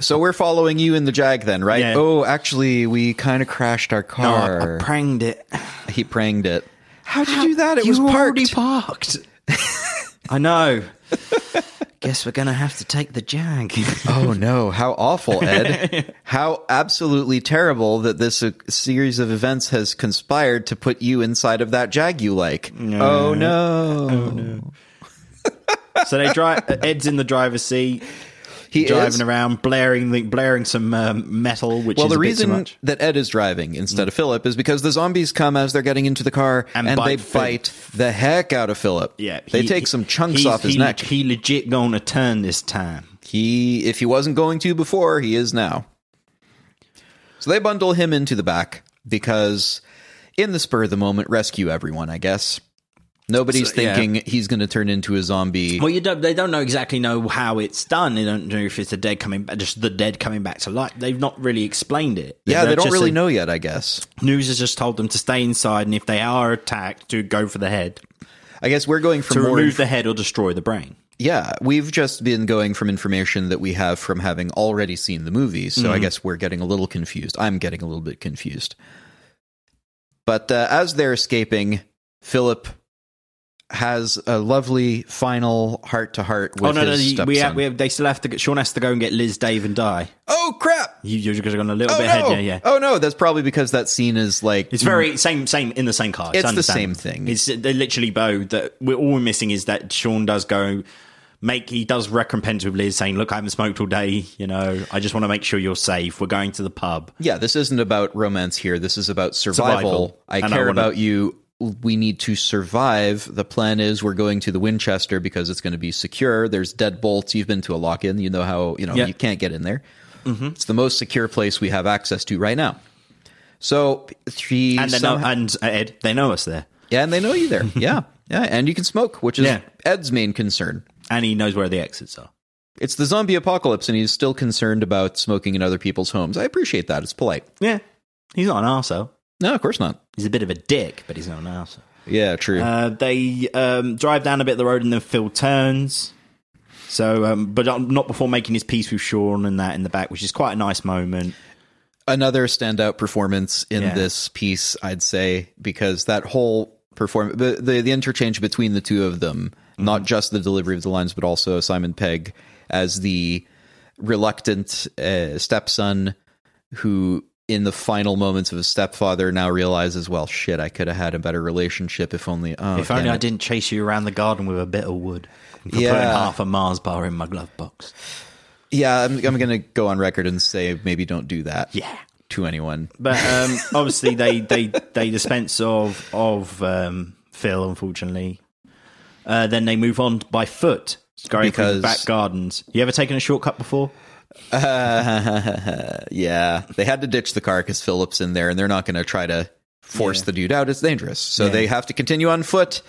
B: so we're following you in the jag then right
A: Yeah.
B: oh actually we kind of crashed our
A: "No, "Oh, I,
B: car
A: I pranged it.
B: he pranged it how'd you do that it was
A: You already
B: parked
A: parked. I know. Guess we're gonna have to take the jag.
B: Oh no, how awful, Ed. how absolutely terrible that this uh, series of events has conspired to put you inside of that jag you like. Oh no.
A: so they drive. Ed's in the driver's seat,
B: He
A: driving
B: is-
A: around, blaring the, blaring some um, metal, which
B: Well,
A: is
B: the
A: a bit too
B: reason
A: much. Mm.
B: that Ed is driving instead of Philip is because the zombies come as they're getting into the car
A: And
B: and,
A: bite
B: they
A: Phil.
B: bite the heck out of Philip.
A: Yeah,
B: they
A: he-
B: take some chunks
A: he's-
B: off his
A: he,
B: neck.
A: He legit gonna turn this time.
B: He, if he wasn't going to before, he is now. So they bundle him into the back because, in the spur of the moment, rescue everyone, I guess. Nobody's
A: So, yeah.
B: thinking he's going to turn into a zombie.
A: Well, you don't. They don't know exactly know how it's done. They don't know if it's the dead coming, back, just the dead coming back to life. They've not really explained it.
B: yeah,
A: They've
B: they don't
A: just
B: really
A: said-
B: know yet, I guess.
A: News has just told them to stay inside, and if they are attacked, to go for the head,
B: I guess we're going
A: to
B: from more.
A: remove the head or destroy the brain.
B: yeah, we've just been going from information that we have from having already seen the movie. So
A: Mm-hmm.
B: I guess we're getting a little confused. I'm getting a little bit confused. But uh, as they're escaping, Philip has a lovely final heart to heart with
A: oh no, no,
B: his
A: you-
B: stepson.
A: we have, we have, they still have to. Get, Sean has to go and get Liz, Dave, and Di.
B: oh crap!
A: You, you're just going a little
B: Oh
A: bit
B: no!
A: ahead, yeah, yeah.
B: Oh no! That's probably because that scene is like
A: It's very same, same in the same car.
B: It's the
A: understandable.
B: same thing.
A: It's they literally bow that we're all we're missing is that Sean does go make he does recompense with Liz saying, "Look, I haven't smoked all day. You know, I just want to make sure you're safe. We're going to the pub."
B: yeah. This isn't about romance here. This is about survival.
A: Survival.
B: I
A: And I
B: care
A: wanna-
B: about you. We need to survive. The plan is we're going to the Winchester because it's going to be secure. There's deadbolts. You've been to a lock-in. You know how you know
A: Yeah. Mm-hmm.
B: you can't get in there. It's the most secure place we have access to right now. So three
A: And they know, and uh, Ed, they know us there,
B: Yeah, and they know you there. Yeah. Yeah. And you can smoke, which is
A: Yeah.
B: Ed's main concern.
A: and he knows where the exits are.
B: It's the zombie apocalypse, and he's still concerned about smoking in other people's homes. I appreciate that. It's polite.
A: Yeah, he's not an arsehole.
B: No, of course not.
A: He's a bit of a dick, but he's not an arsehole.
B: Yeah, true.
A: Uh, they um, drive down a bit of the road and then Phil turns. So, um, but not before making his peace with Sean and that in the back, which is quite a nice moment.
B: Another standout performance in
A: Yeah.
B: this piece, I'd say, because that whole perform the, the the interchange between the two of them,
A: Mm-hmm.
B: not just the delivery of the lines, but also Simon Pegg as the reluctant uh, stepson who, in the final moments of his stepfather, now realizes, well, shit, I could have had a better relationship if only. Oh,
A: If only
B: damn
A: I
B: it.
A: didn't chase you around the garden with a bit of wood. For
B: Yeah.
A: putting half a Mars bar in my glove box.
B: Yeah, I'm, I'm going to go on record and say maybe don't do that.
A: Yeah.
B: To anyone.
A: But um, obviously they, they, they dispense of of um, Phil, unfortunately. Uh, then they move on by foot, going through
B: Because-
A: the back gardens. You ever taken a shortcut before?
B: Yeah, they had to ditch the car because Phillips in there, and they're not going to try to force the dude out. It's dangerous, so they have to continue on foot.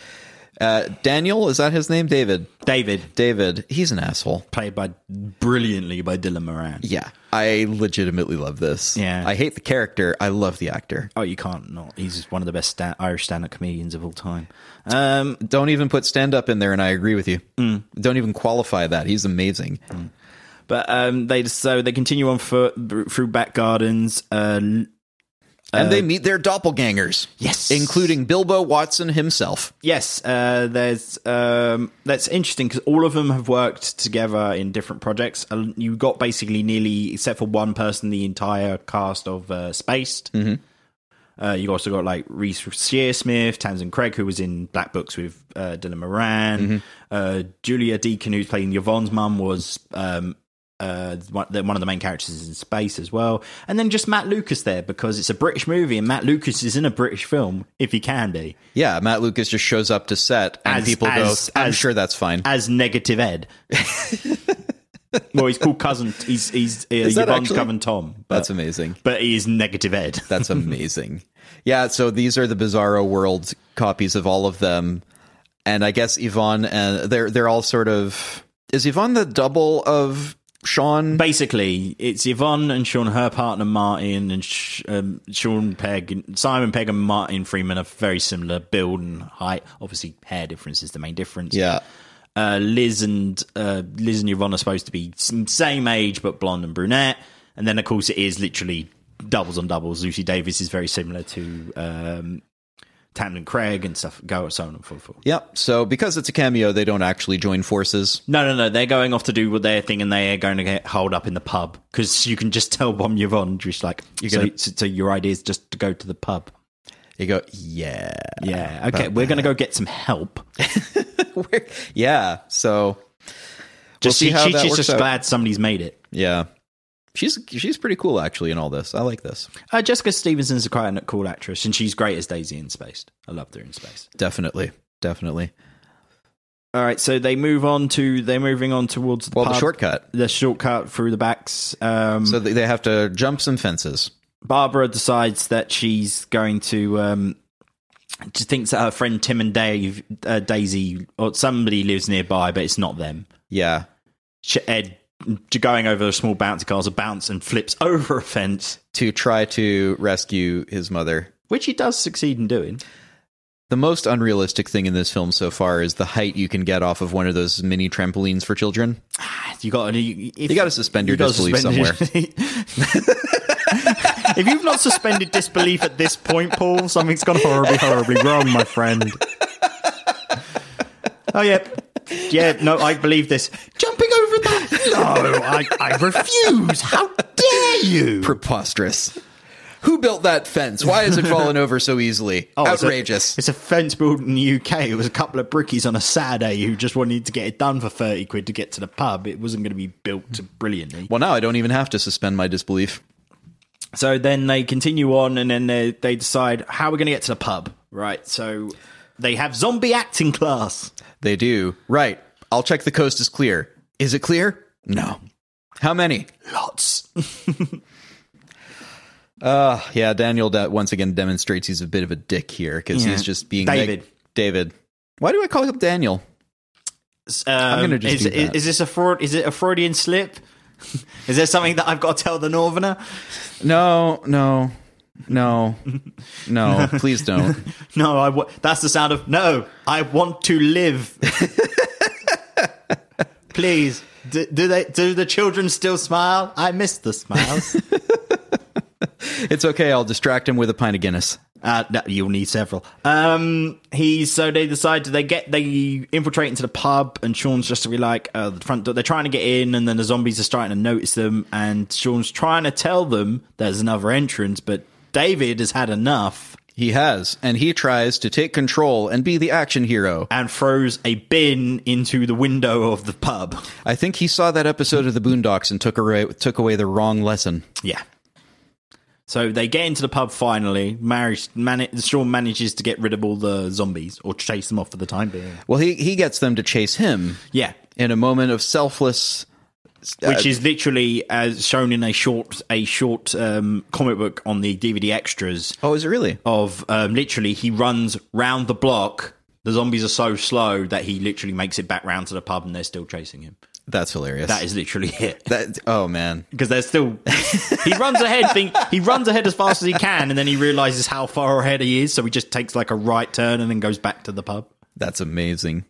B: Uh, Daniel is that his name? David.
A: David,
B: David. He's an asshole.
A: played by brilliantly by Dylan Moran.
B: Yeah, I legitimately love this.
A: Yeah.
B: I hate the character. I love the actor.
A: Oh, you can't not. He's one of the best sta- Irish stand-up comedians of all time. Um,
B: Don't even put stand up in there, and I agree with you.
A: Mm.
B: Don't even qualify that. He's amazing.
A: Uh, but um, they so they continue on foot thr- through back gardens. Uh, l-
B: and they meet their doppelgangers.
A: Yes.
B: including Bilbo Watson himself.
A: yes, uh, there's um, that's interesting because all of them have worked together in different projects. And you got basically nearly, except for one person, the entire cast of uh, Spaced. Uh, you also got like Reese Shearsmith, Tamsin Craig, who was in Black Books with uh, Dylan Moran. Uh, Julia Deacon, who's playing Yvonne's mum, was um, uh, one the- one of the main characters in Space as well. And then just Matt Lucas there because it's a British movie and Matt Lucas is in a British film if he can be
B: Yeah, Matt Lucas just shows up to set, and
A: As-
B: people
A: as-
B: go, "I'm
A: as-
B: sure that's fine."
A: as Negative Ed. well, he's called cousin. He's he's uh,
B: that
A: Yvonne's
B: actually-
A: cousin Tom, but,
B: That's amazing.
A: but he is Negative Ed.
B: That's amazing. yeah, so these are the Bizarro World copies of all of them, and I guess Yvonne and they're they're all sort of is Yvonne the double of Sean?
A: basically, it's Yvonne and Sean, her partner Martin, and Sh- um, Sean Pegg, and Simon Pegg and Martin Freeman are very similar build and height. Obviously, hair difference is the main difference.
B: Yeah,
A: Uh, Liz and uh, Liz and Yvonne are supposed to be s- same age but blonde and brunette, and then of course it is literally doubles on doubles. Lucy Davis is very similar to um, Tamlin Craig and stuff. Go so on and so forth.
B: yep. So because it's a cameo, they don't actually join forces.
A: No, no, no. They're going off to do their thing, and they are going to get holed up in the pub because you can just tell Bomb Yvonne just like
B: You're
A: so,
B: gonna-
A: so, so your idea is just to go to the pub.
B: You go, yeah,
A: Yeah. uh, Okay, we're going to go get some help.
B: We're- yeah. So
A: Just
B: see
A: she-
B: how
A: she-
B: that
A: she's
B: works
A: just
B: out.
A: glad somebody's made it.
B: yeah, she's she's pretty cool actually in all this. I like this.
A: Uh, Jessica Stevenson's a quite a cool actress, and she's great as Daisy in Spaced. I loved her in Space.
B: Definitely, definitely.
A: All right, so they move on to they're moving on towards the
B: Well,
A: pub,
B: the shortcut.
A: the shortcut through the backs. Um,
B: So they they have to jump some fences.
A: Barbara decides that she's going to. Um, she thinks that her friend Tim and Dave, uh, Daisy, or somebody lives nearby, but it's not them.
B: Yeah.
A: She, Ed going over a small bouncy cars, a bounce and flips over a fence,
B: to try to rescue his mother.
A: which he does succeed in doing.
B: The most unrealistic thing in this film so far is the height you can get off of one of those mini trampolines for children.
A: You got to you, if-
B: You gotta suspend your
A: gotta
B: disbelief
A: if you've not suspended disbelief at this point, Paul, something's gone horribly, horribly wrong, my friend. Oh yeah, yeah. No, I believe this. Jumping over that? No, I, I refuse. How dare you?
B: Preposterous. Who built that fence? Why has it fallen over so easily?
A: Oh, it's a-
B: Outrageous.
A: It's a, fence built in the UK. It was a couple of brickies on a Saturday who just wanted to get it done for thirty quid to get to the pub. It wasn't going to be built brilliantly.
B: well, now I don't even have to suspend my disbelief.
A: So then they continue on, and then they, they decide how we're going to get to the pub, right? So they have zombie acting class.
B: They do. Right. I'll check the coast is clear. Is it clear? No. How many?
A: Lots.
B: Uh, yeah, Daniel de- once again demonstrates he's a bit of a dick here because
A: Yeah.
B: he's just being
A: David.
B: neg- David. Why do I call him Daniel?
A: I'm
B: gonna
A: um,
B: just
A: is,
B: do
A: is,
B: that.
A: is this a fraud? Is it a Freudian slip? is there something that I've got to tell the Northerner?
B: No, no, no, no. please don't.
A: No, I. W- that's the sound of no. I want to live. Please, do, do they? Do the children still smile? I miss the smiles.
B: It's okay. I'll distract him with a pint of Guinness.
A: Uh, no, you'll need several. Um, he so they decide they get they infiltrate into the pub, and Sean's just to be like uh, the front door. They're trying to get in, and then the zombies are starting to notice them, and Sean's trying to tell them there's another entrance, but David has had enough
B: He has, and he tries to take control and be the action hero.
A: and throws a bin into the window of the pub.
B: I think he saw that episode of the Boondocks and took away took away the wrong lesson.
A: Yeah. So they get into the pub finally. Marriage, man- Sean manages to get rid of all the zombies or chase them off for the time being.
B: Well, he he gets them to chase him
A: Yeah.
B: in a moment of selfless.
A: Which is literally as shown in a short a short um, comic book on the DVD extras
B: Oh, is it really?
A: of um, literally he runs round the block. The zombies are so slow that he literally makes it back round to the pub and they're still chasing him.
B: That's hilarious.
A: That is literally it.
B: That- oh man,
A: because they're still he runs ahead think he runs ahead as fast as he can and then he realizes how far ahead he is so he just takes like a right turn and then goes back to the pub
B: that's amazing.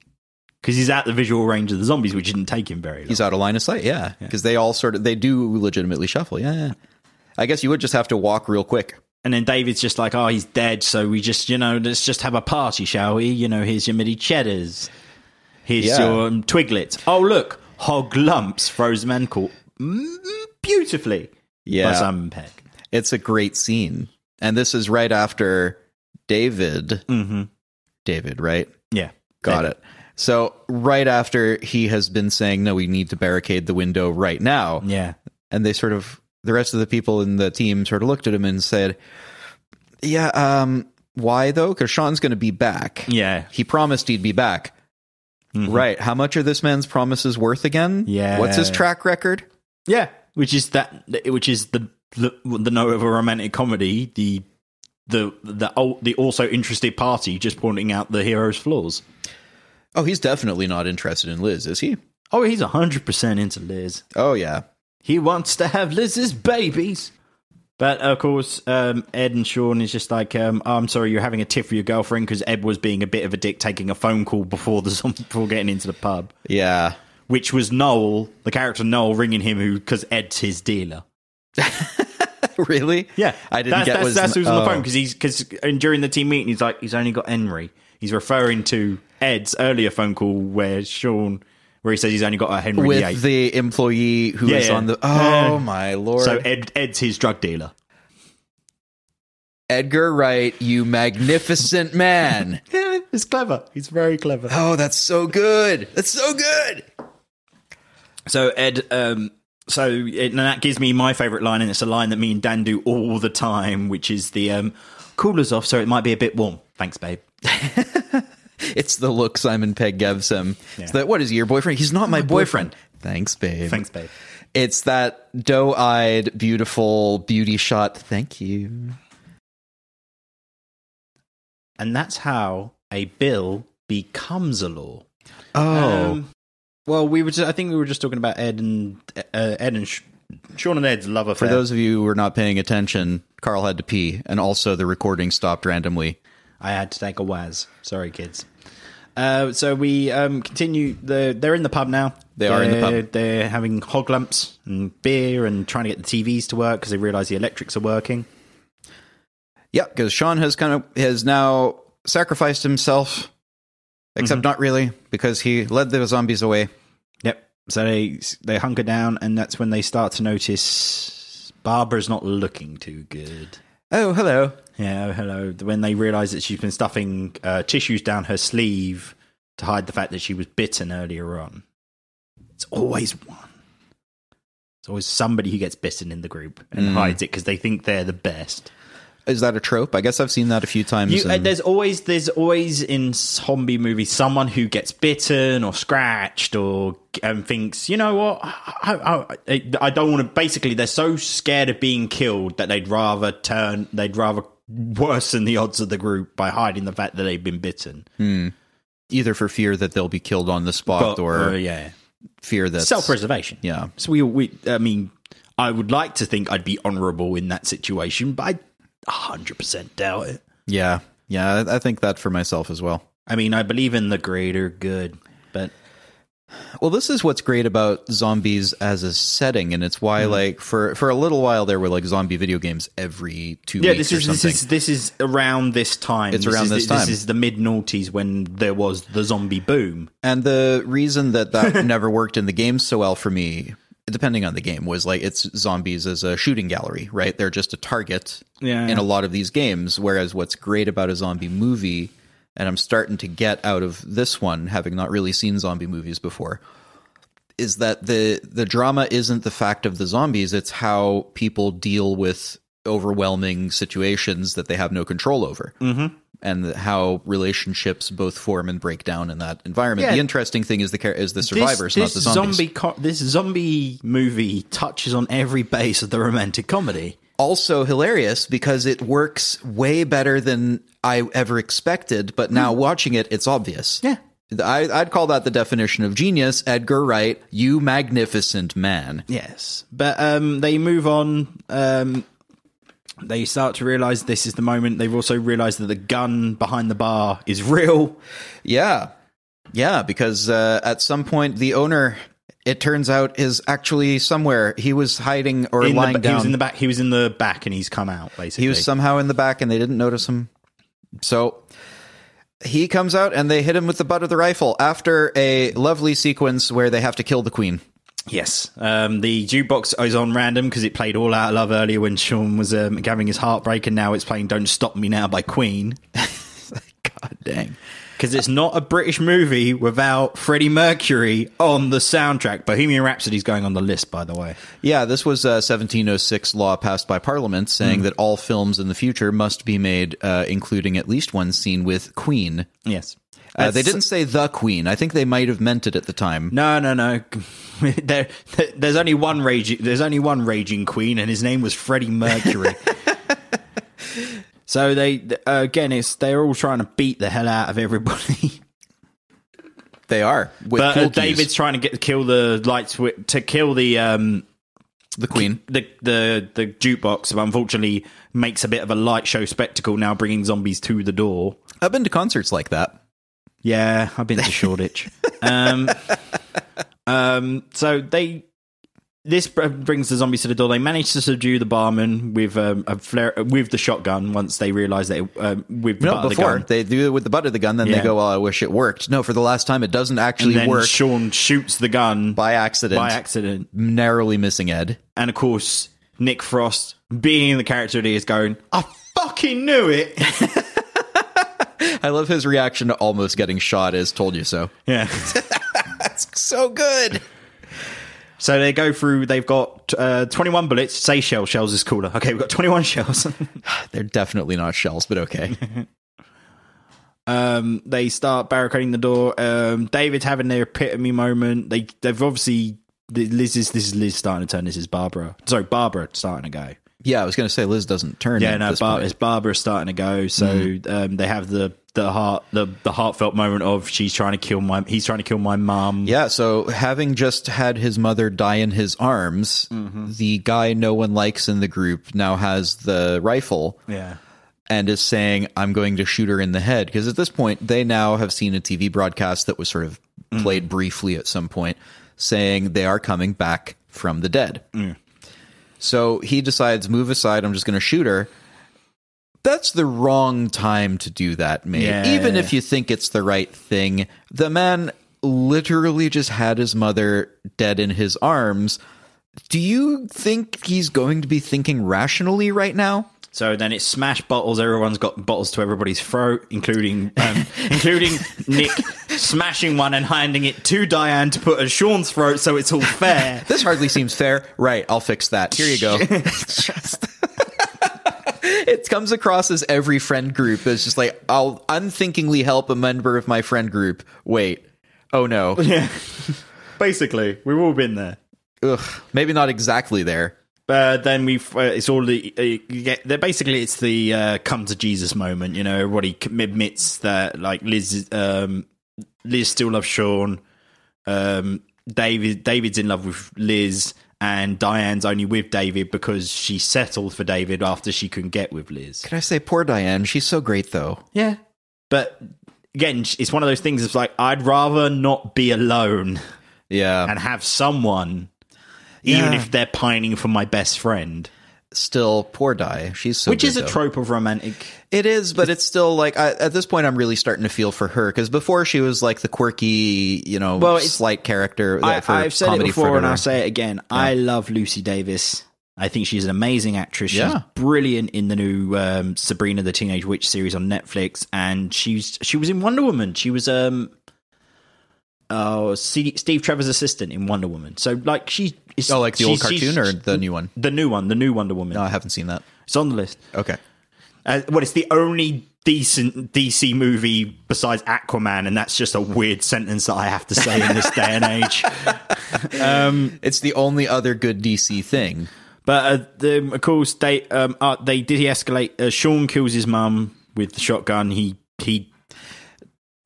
A: because he's at the visual range of the zombies which didn't take him very long
B: He's out of line of sight. Yeah, because they all sort of they do legitimately shuffle. Yeah, I guess you would just have to walk real quick.
A: and then david's just like oh he's dead so we just you know let's just have a party shall we you know here's your midi cheddars here's
B: Yeah.
A: your um, twiglets oh look hog lumps frozen man caught mm, beautifully
B: Yeah,
A: by simon peck
B: it's a great scene, and this is right after David.
A: Mhm.
B: David, right?
A: yeah
B: Got it. So right after he has been saying, "No, we need to barricade the window right now,"
A: yeah
B: and they sort of the rest of the people in the team sort of looked at him and said, "Yeah, um, why though? Because Sean's going to be back.
A: yeah Mm-hmm.
B: He promised he'd be back. Right? How much are this man's promises worth again?
A: Yeah.
B: What's his track record?
A: Yeah, which is that, which is the the, the note of a romantic comedy. The the the al- the also interested party just pointing out the hero's flaws.
B: Oh, he's definitely not interested in Liz, is he?
A: Oh, he's hundred percent into Liz.
B: Oh yeah,
A: He wants to have Liz's babies. But of course, um, Ed and Sean is just like, um, "Oh, I'm sorry, you're having a tiff with your girlfriend because Ed was being a bit of a dick, taking a phone call before the zom- before getting into the pub,
B: yeah.
A: which was Noel, the character Noel, ringing him who because Ed's his dealer.
B: really?
A: Yeah,
B: I didn't
A: that's,
B: get
A: that's,
B: was
A: that's who's on the
B: oh.
A: phone because he's because and during the team meeting he's like he's only got Henry. He's referring to Ed's earlier phone call where Sean where he says he's only got a Henry
B: with
A: VIII.
B: the employee who is
A: Yeah, yeah.
B: on the.
A: Yeah.
B: Oh my lord!
A: so Ed Ed's his drug dealer.
B: Edgar Wright, you magnificent man.
A: Yeah, it's clever. He's very clever.
B: Oh, that's so good. That's so good.
A: So Ed, um, so it, and that gives me my favourite line, and it's a line that me and Dan do all the time, which is the um, cooler's off, so it might be a bit warm. Thanks, babe.
B: It's the look Simon Pegg gives him.
A: Yeah.
B: It's that what is he, your boyfriend? He's not my, boyfriend. Thanks, babe.
A: Thanks, babe.
B: It's that doe-eyed, beautiful beauty shot. Thank you.
A: And that's how a bill becomes a law.
B: Oh,
A: Um, well, we were. Just, I think we were just talking about Ed and uh, Ed and Sh- Sean and Ed's love
B: for
A: affair.
B: those of you who were not paying attention, Carl had to pee, and also the recording stopped randomly.
A: I had to take a waz. Sorry, kids. Uh, so we um, continue. The, they're in the pub now.
B: They are in the pub.
A: They're- They're having hog lumps and beer and trying to get the TVs to work because they realise the electrics are working.
B: Yeah, because Sean has kind of has now sacrificed himself, except
A: Mm-hmm.
B: not really, because he led the zombies away.
A: Yep. So they they hunker down, and that's when they start to notice Barbara's not looking too good.
B: Oh, hello.
A: Yeah, oh, hello. When they realise that she's been stuffing uh, tissues down her sleeve to hide the fact that she was bitten earlier on. It's always one. It's always somebody who gets bitten in the group and hides it because they think they're the best.
B: Is that a trope? I guess I've seen that a few times.
A: You, uh,
B: and-
A: there's always there's always in zombie movies someone who gets bitten or scratched or um, thinks you know what I, I- I, I don't want to. Basically, they're so scared of being killed that they'd rather turn they'd rather worsen the odds of the group by hiding the fact that they've been bitten.
B: either for fear that they'll be killed on the spot
A: But-
B: or
A: uh, yeah,
B: fear that
A: self preservation.
B: Yeah.
A: So we we I mean I would like to think I'd be honourable in that situation, but I hundred percent doubt it.
B: Yeah. Yeah. I I think that for myself as well.
A: I mean, I believe in the greater good, but
B: Well, this is what's great about zombies as a setting, and it's
A: Mm-hmm.
B: why, like, for for a little while there were like zombie video games every two
A: Yeah,
B: weeks
A: this
B: or
A: is, this
B: something.
A: is this is around this time.
B: It's around
A: is,
B: this time.
A: This is the mid noughties when there was the zombie boom.
B: and the reason that that never worked in the game so well for me, depending on the game, was like it's zombies as a shooting gallery, right? They're just a target
A: Yeah.
B: in a lot of these games. Whereas what's great about a zombie movie, and I'm starting to get out of this one, having not really seen zombie movies before, is that the the drama isn't the fact of the zombies it's how people deal with overwhelming situations that they have no control over mm-hmm. and the- how relationships both form and break down in that environment
A: Yeah.
B: the interesting thing is the char- is the
A: This-
B: survivors
A: this,
B: not the zombies
A: zombie co- this zombie movie touches on every base of the romantic comedy.
B: also hilarious because it works way better than i ever expected but now watching it it's obvious
A: Mm. Yeah.
B: I, I'd call that the definition of genius. Edgar Wright, you magnificent man.
A: Yes, but um, they move on. Um, they start to realize this is the moment. They've also realized that the gun behind the bar is real.
B: Yeah. Yeah, because uh, at some point the owner, it turns out, is actually somewhere. He was hiding or
A: In the
B: lying
A: ba- He
B: down.
A: was in the back. He was in the back, and he's come out. Basically,
B: he was somehow in the back and they didn't notice him. So he comes out and they hit him with the butt of the rifle after a lovely sequence where they have to kill the queen.
A: Yes, um, the jukebox is on random because it played "All Out of Love" earlier when Sean was um, having his heartbreak, and now it's playing "Don't Stop Me Now" by Queen.
B: God dang.
A: Because it's not a British movie without Freddie Mercury on the soundtrack. Bohemian Rhapsody's going on the list, by the way.
B: Yeah, this was uh, a 1706 law passed by Parliament saying
A: Hmm.
B: that all films in the future must be made, uh, including at least one scene with Queen.
A: Yes,
B: Uh, they didn't say the Queen. I think they might have meant it at the time.
A: No, no, no. there, there's only one raging. There's only one raging queen, and his name was Freddie Mercury. so they th- uh, again, it's they're all trying to beat the hell out of everybody.
B: They are. With
A: But
B: cool
A: uh,
B: cues.
A: David's trying to get kill the lights wi- to kill the um
B: the queen.
A: the the the jukebox, but unfortunately makes a bit of a light show spectacle now, bringing zombies to the door.
B: I've been to concerts like that.
A: Yeah, I've been to Shoreditch. um, um, so they this br- brings the zombies to the door. They manage to subdue the barman with um, a flare with the shotgun. Once they realise that it, um, with the butt
B: No,
A: of
B: before
A: the gun.
B: they do it with the butt of the gun, then
A: Yeah.
B: they go, "Well, I wish it worked." No, for the last time, it doesn't actually
A: Then
B: work
A: Sean shoots the gun
B: by accident,
A: by accident,
B: narrowly missing Ed.
A: and of course Nick Frost, being the character that he is, going, "I fucking knew it."
B: I love his reaction to almost getting shot. Is told you so.
A: Yeah.
B: That's so good.
A: so they go through. They've got uh, twenty-one bullets. Seychelles shells is cooler. Okay, we've got twenty-one shells.
B: They're definitely not shells, but okay.
A: Um, they start barricading the door. Um, David's having their epitome moment. They they've obviously the- Liz is this is Liz starting to turn. This is Barbara. Sorry, Barbara starting to go.
B: yeah, I was going to say Liz doesn't turn.
A: Yeah,
B: at
A: no,
B: this
A: Bar-
B: point.
A: it's Barbara starting to go. So um, they have the the heart the the heartfelt moment of she's trying to kill my he's trying to kill my mom.
B: Yeah, so having just had his mother die in his arms,
A: Mm-hmm.
B: the guy no one likes in the group now has the rifle.
A: Yeah.
B: and is saying, I'm going to shoot her in the head. Because at this point, they now have seen a TV broadcast that was sort of played briefly at some point saying they are coming back from the dead. So he decides, move aside, I'm just going to shoot her. That's the wrong time to do that, mate.
A: Yeah.
B: Even if you think it's the right thing, the man literally just had his mother dead in his arms. Do you think he's going to be thinking rationally right now?
A: So then it's smash bottles. Everyone's got bottles to everybody's throat, including um, including Nick smashing one and handing it to Diane to put at Sean's throat, so it's all fair.
B: This hardly seems fair. Right, I'll fix that. Here you go. Just- it comes across as every friend group is just like, I'll unthinkingly help a member of my friend group. Wait. Oh no.
A: Basically, we've all been there.
B: Ugh. Maybe not exactly there.
A: But then we, uh, it's all the, uh, you get, they're basically, it's the uh, come to Jesus moment. You know, everybody com- admits that, like, Liz, is- um, Liz still loves Sean. Um, David, David's in love with Liz, and Diane's only with David because she settled for David after she couldn't get with Liz.
B: Can I say poor Diane? She's so great though.
A: Yeah. But again, it's one of those things. It's like I'd rather not be alone.
B: Yeah.
A: and have someone, even
B: Yeah.
A: if they're pining for my best friend,
B: Still, poor Di. She's so
A: which
B: good,
A: is a
B: though.
A: trope of romantic.
B: It is, but it's still like I, at this point, I'm really starting to feel for her because before she was like the quirky, you know,
A: Well, it's-
B: slight character.
A: I,
B: that for
A: I've said it
B: comedy
A: before, and
B: furniture.
A: I'll say it again. I love Lucy Davis. I think she's an amazing actress. She's
B: Yeah.
A: brilliant in the new um, Sabrina the Teenage Witch series on Netflix, and she's she was in Wonder Woman. She was um, oh, C- Steve Trevor's assistant in Wonder Woman. So like she, is,
B: oh, like the old
A: she's-
B: cartoon
A: she's-
B: or the new one?
A: the new one, the new Wonder Woman.
B: No, I haven't seen that.
A: It's on the list.
B: Okay,
A: Uh, well, it's the only decent DC movie besides Aquaman, and that's just a weird sentence that I have to say in this day and age.
B: it's the only other good DC thing.
A: But uh, the, of course, they um, uh, they did escalate. Uh, Sean kills his mum with the shotgun. He he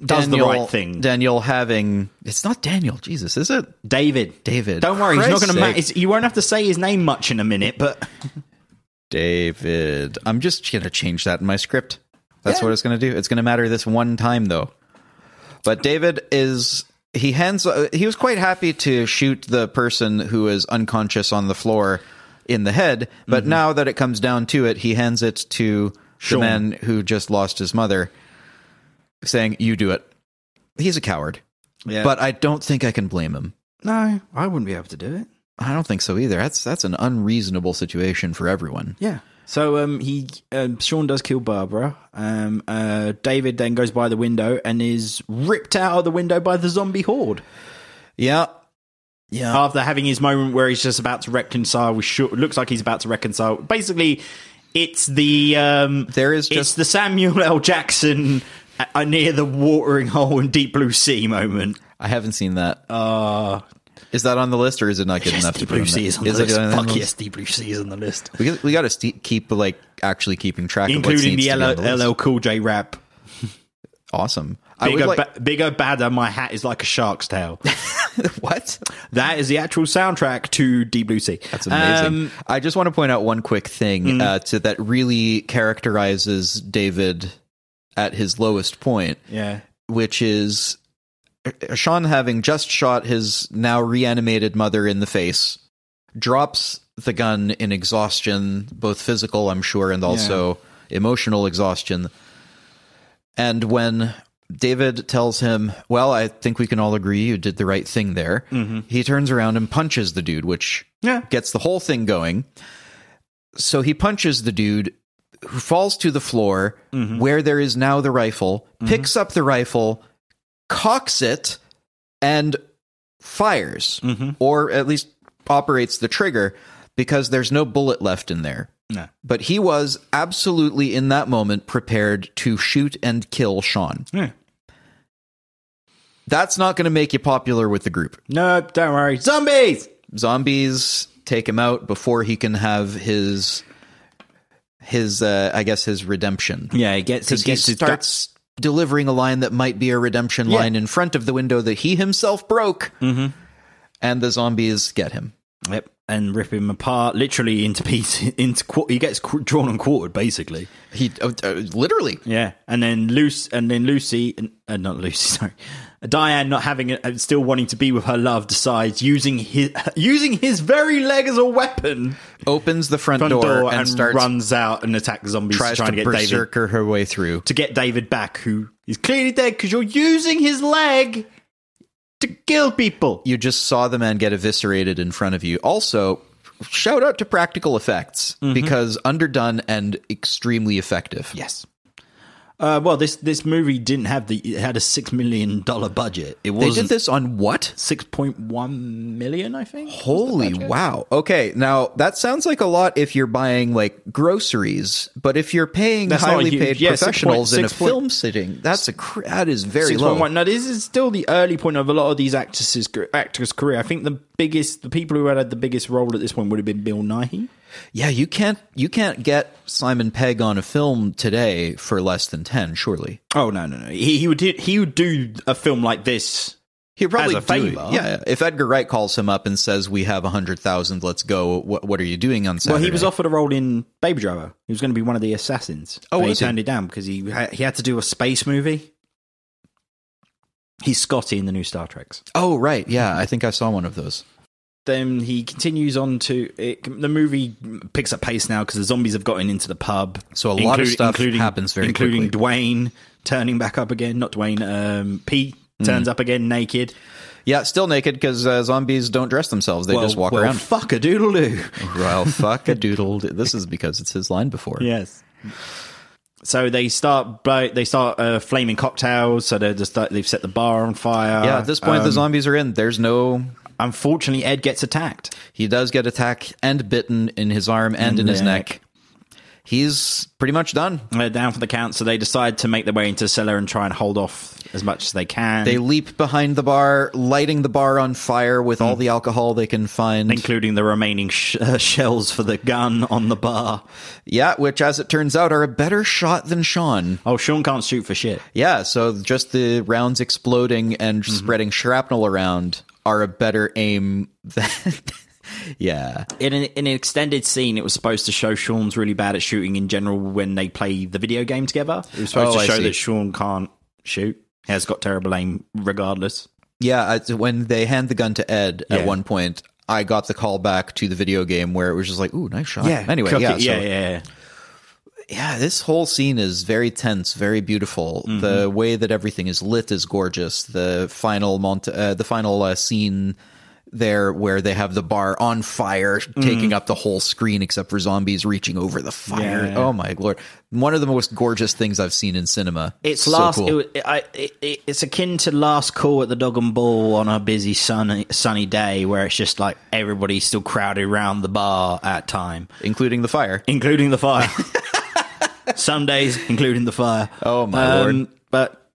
A: does
B: Daniel-
A: the right thing.
B: Daniel having it's not Daniel. Jesus, is it?
A: David,
B: David.
A: Don't worry, he's not
B: Christ's
A: going to. Ma-
B: sake.
A: it's- you won't have to say his name much in a minute. But
B: David. I'm just going to change that in my script. That's what it's going to do. It's going to matter this one time though. But David is he hands uh, he was quite happy to shoot the person who is unconscious on the floor in the head, but now that it comes down to it, he hands it to
A: Sean.
B: the man who just lost his mother saying you do it. He's a coward,
A: yeah,
B: but I don't think I can blame him.
A: no, I wouldn't be able to do it.
B: I don't think so either. That's that's an unreasonable situation for everyone.
A: Yeah. So um, he um, Sean does kill Barbara. Um, uh, David then goes by the window and is ripped out of the window by the zombie horde.
B: Yeah. Yeah.
A: after having his moment where he's just about to reconcile with Sean. Looks like he's about to reconcile. Basically, it's the um,
B: There is
A: it's
B: just-
A: the Samuel L. Jackson uh, near the watering hole in Deep Blue Sea moment.
B: I haven't seen that. Uh, is that on the list or is it not good enough to
A: Deep
B: put
A: Blue
B: on
A: Sea
B: the-
A: is on
B: is
A: the
B: it on
A: list.
B: the
A: Fuck
B: list?
A: yes, Deep Blue Sea is on the list,
B: We, we got to st- keep like actually keeping track, of what
A: including
B: needs
A: the
B: to be
A: LL,
B: on the list.
A: LL Cool J rap.
B: Awesome. I would
A: Bigger,
B: like,
A: ba- bigger, badder. My hat is like a shark's tail.
B: what?
A: that is the actual soundtrack to Deep Blue Sea.
B: That's amazing.
A: Um, Mm.
B: I just want to point out one quick thing uh, to that really characterizes David at his lowest point,
A: yeah.
B: which is uh, Sean having just shot his now reanimated mother in the face, drops the gun in exhaustion, both physical, I'm sure, and also emotional exhaustion. And when David tells him, Well, I think we can all agree you did the right thing there, he turns around and punches the dude, which
A: Yeah.
B: gets the whole thing going. So he punches the dude who falls to the floor where there is now the rifle, picks up the rifle, cocks it, and fires, or at least operates the trigger because there's no bullet left in there.
A: No.
B: But he was absolutely in that moment prepared to shoot and kill Sean.
A: Yeah.
B: That's not going to make you popular with the group.
A: No, don't worry. Zombies.
B: zombies take him out before he can have his his uh i guess his redemption
A: Yeah, he gets
B: because he starts delivering a line that might be a redemption line in front of the window that he himself broke
A: Mm-hmm.
B: and the zombies get him
A: Yep, and rip him apart, literally into pieces. Into qu- he gets qu- drawn and quartered, basically.
B: he uh, uh, literally
A: Yeah, and then Lucy, and then Lucy, and uh, not Lucy, sorry, Diane, not having it, and still wanting to be with her love, decides using his using his very leg as a weapon
B: opens the front,
A: on
B: door,
A: door
B: and,
A: and,
B: starts
A: runs out and attacks zombies,
B: tries
A: trying to,
B: to,
A: get David
B: berserker her way through
A: to get David back, who is clearly dead because you're using his leg to kill people.
B: you just saw the man get eviscerated in front of you. Also, shout out to practical effects
A: Mm-hmm.
B: because underdone and extremely effective.
A: Yes. Uh, well, this this movie didn't have the it had a six million dollar budget. It
B: They
A: was
B: did this on what?
A: six point one million, I think.
B: Holy wow. Okay, now that sounds like a lot if you're buying like groceries, but if you're paying
A: That's not
B: highly
A: a huge-
B: paid
A: yeah, six point-
B: professionals in a
A: six point-
B: film sitting, that's a cr- that is very
A: Six
B: low.
A: point one. Now this is still the early point of a lot of these actresses actors' career. I think the biggest, the people who had, had the biggest role at this point would have been Bill Nighy.
B: Yeah, you can't you can't get Simon Pegg on a film today for less than 10, surely.
A: Oh no, no, no. He, he would do, he would do a film like this.
B: He probably
A: As a favor.
B: do it. Yeah, if Edgar Wright calls him up and says, "We have a hundred thousand. Let's go. What, what are you doing on Saturday?"
A: Well, he was offered a role in Baby Driver. He was going to be one of the assassins.
B: Oh,
A: but he
B: was he?
A: turned it down because he had, he had to do a space movie. He's Scotty in the new Star Treks.
B: Oh, right. Yeah, I think I saw one of those.
A: Then he continues on to it, the movie picks up pace now because the zombies have gotten into the pub.
B: So a lot of
A: Inclu-
B: stuff happens very
A: including Dwayne turning back up again. Not Dwayne. Um, Pete turns up again naked.
B: Yeah, still naked because uh, zombies don't dress themselves; they
A: Well-
B: just walk
A: well,
B: around.
A: Fuck a doodle doo.
B: well, fuck a doodle. This is because it's his line before.
A: Yes. So they start blo- they start uh, flaming cocktails. So they just they've set the bar on fire.
B: Yeah, at this point,
A: um,
B: the zombies are in. There's no.
A: Unfortunately, Ed gets attacked.
B: He does get attacked and bitten in his arm and in his
A: neck.
B: neck. He's pretty much done.
A: They're down for the count, so they decide to make their way into the cellar and try and hold off as much as they can,
B: They leap behind the bar, lighting the bar on fire with
A: Hmm.
B: all the alcohol they can find.
A: including the remaining sh- uh, shells for the gun on the bar.
B: Yeah, which, as it turns out, are a better shot than Sean.
A: Oh, Sean can't shoot for shit.
B: Yeah, so just the rounds exploding and
A: Mm-hmm.
B: spreading shrapnel around are a better aim than. yeah.
A: In an, in an extended scene, it was supposed to show Sean's really bad at shooting in general when they play the video game together. It was supposed to
B: Oh, I
A: show
B: see.
A: that Sean can't shoot. He has got terrible aim, regardless.
B: Yeah, I- when they hand the gun to Ed
A: Yeah.
B: at one point, I got the call back to the video game where it was just like, "Ooh, nice shot." Anyway,
A: Cook
B: yeah,
A: it. yeah,
B: so-
A: yeah, yeah.
B: yeah, This whole scene is very tense, very beautiful.
A: Mm-hmm.
B: The way that everything is lit is gorgeous. The final mont, uh, the final uh, scene there where they have the bar on fire,
A: Mm.
B: taking up the whole screen except for zombies reaching over the fire.
A: Yeah.
B: Oh my lord! One of the most gorgeous things I've seen in cinema.
A: It's
B: So
A: last.
B: cool.
A: It, wa- I, it, it, it's akin to last call at the dog and ball on a busy sunny sunny day, where it's just like everybody's still crowded around the bar at time,
B: including the fire.
A: including the fire. Some days, including the fire. Um,
B: Oh, my Lord.
A: But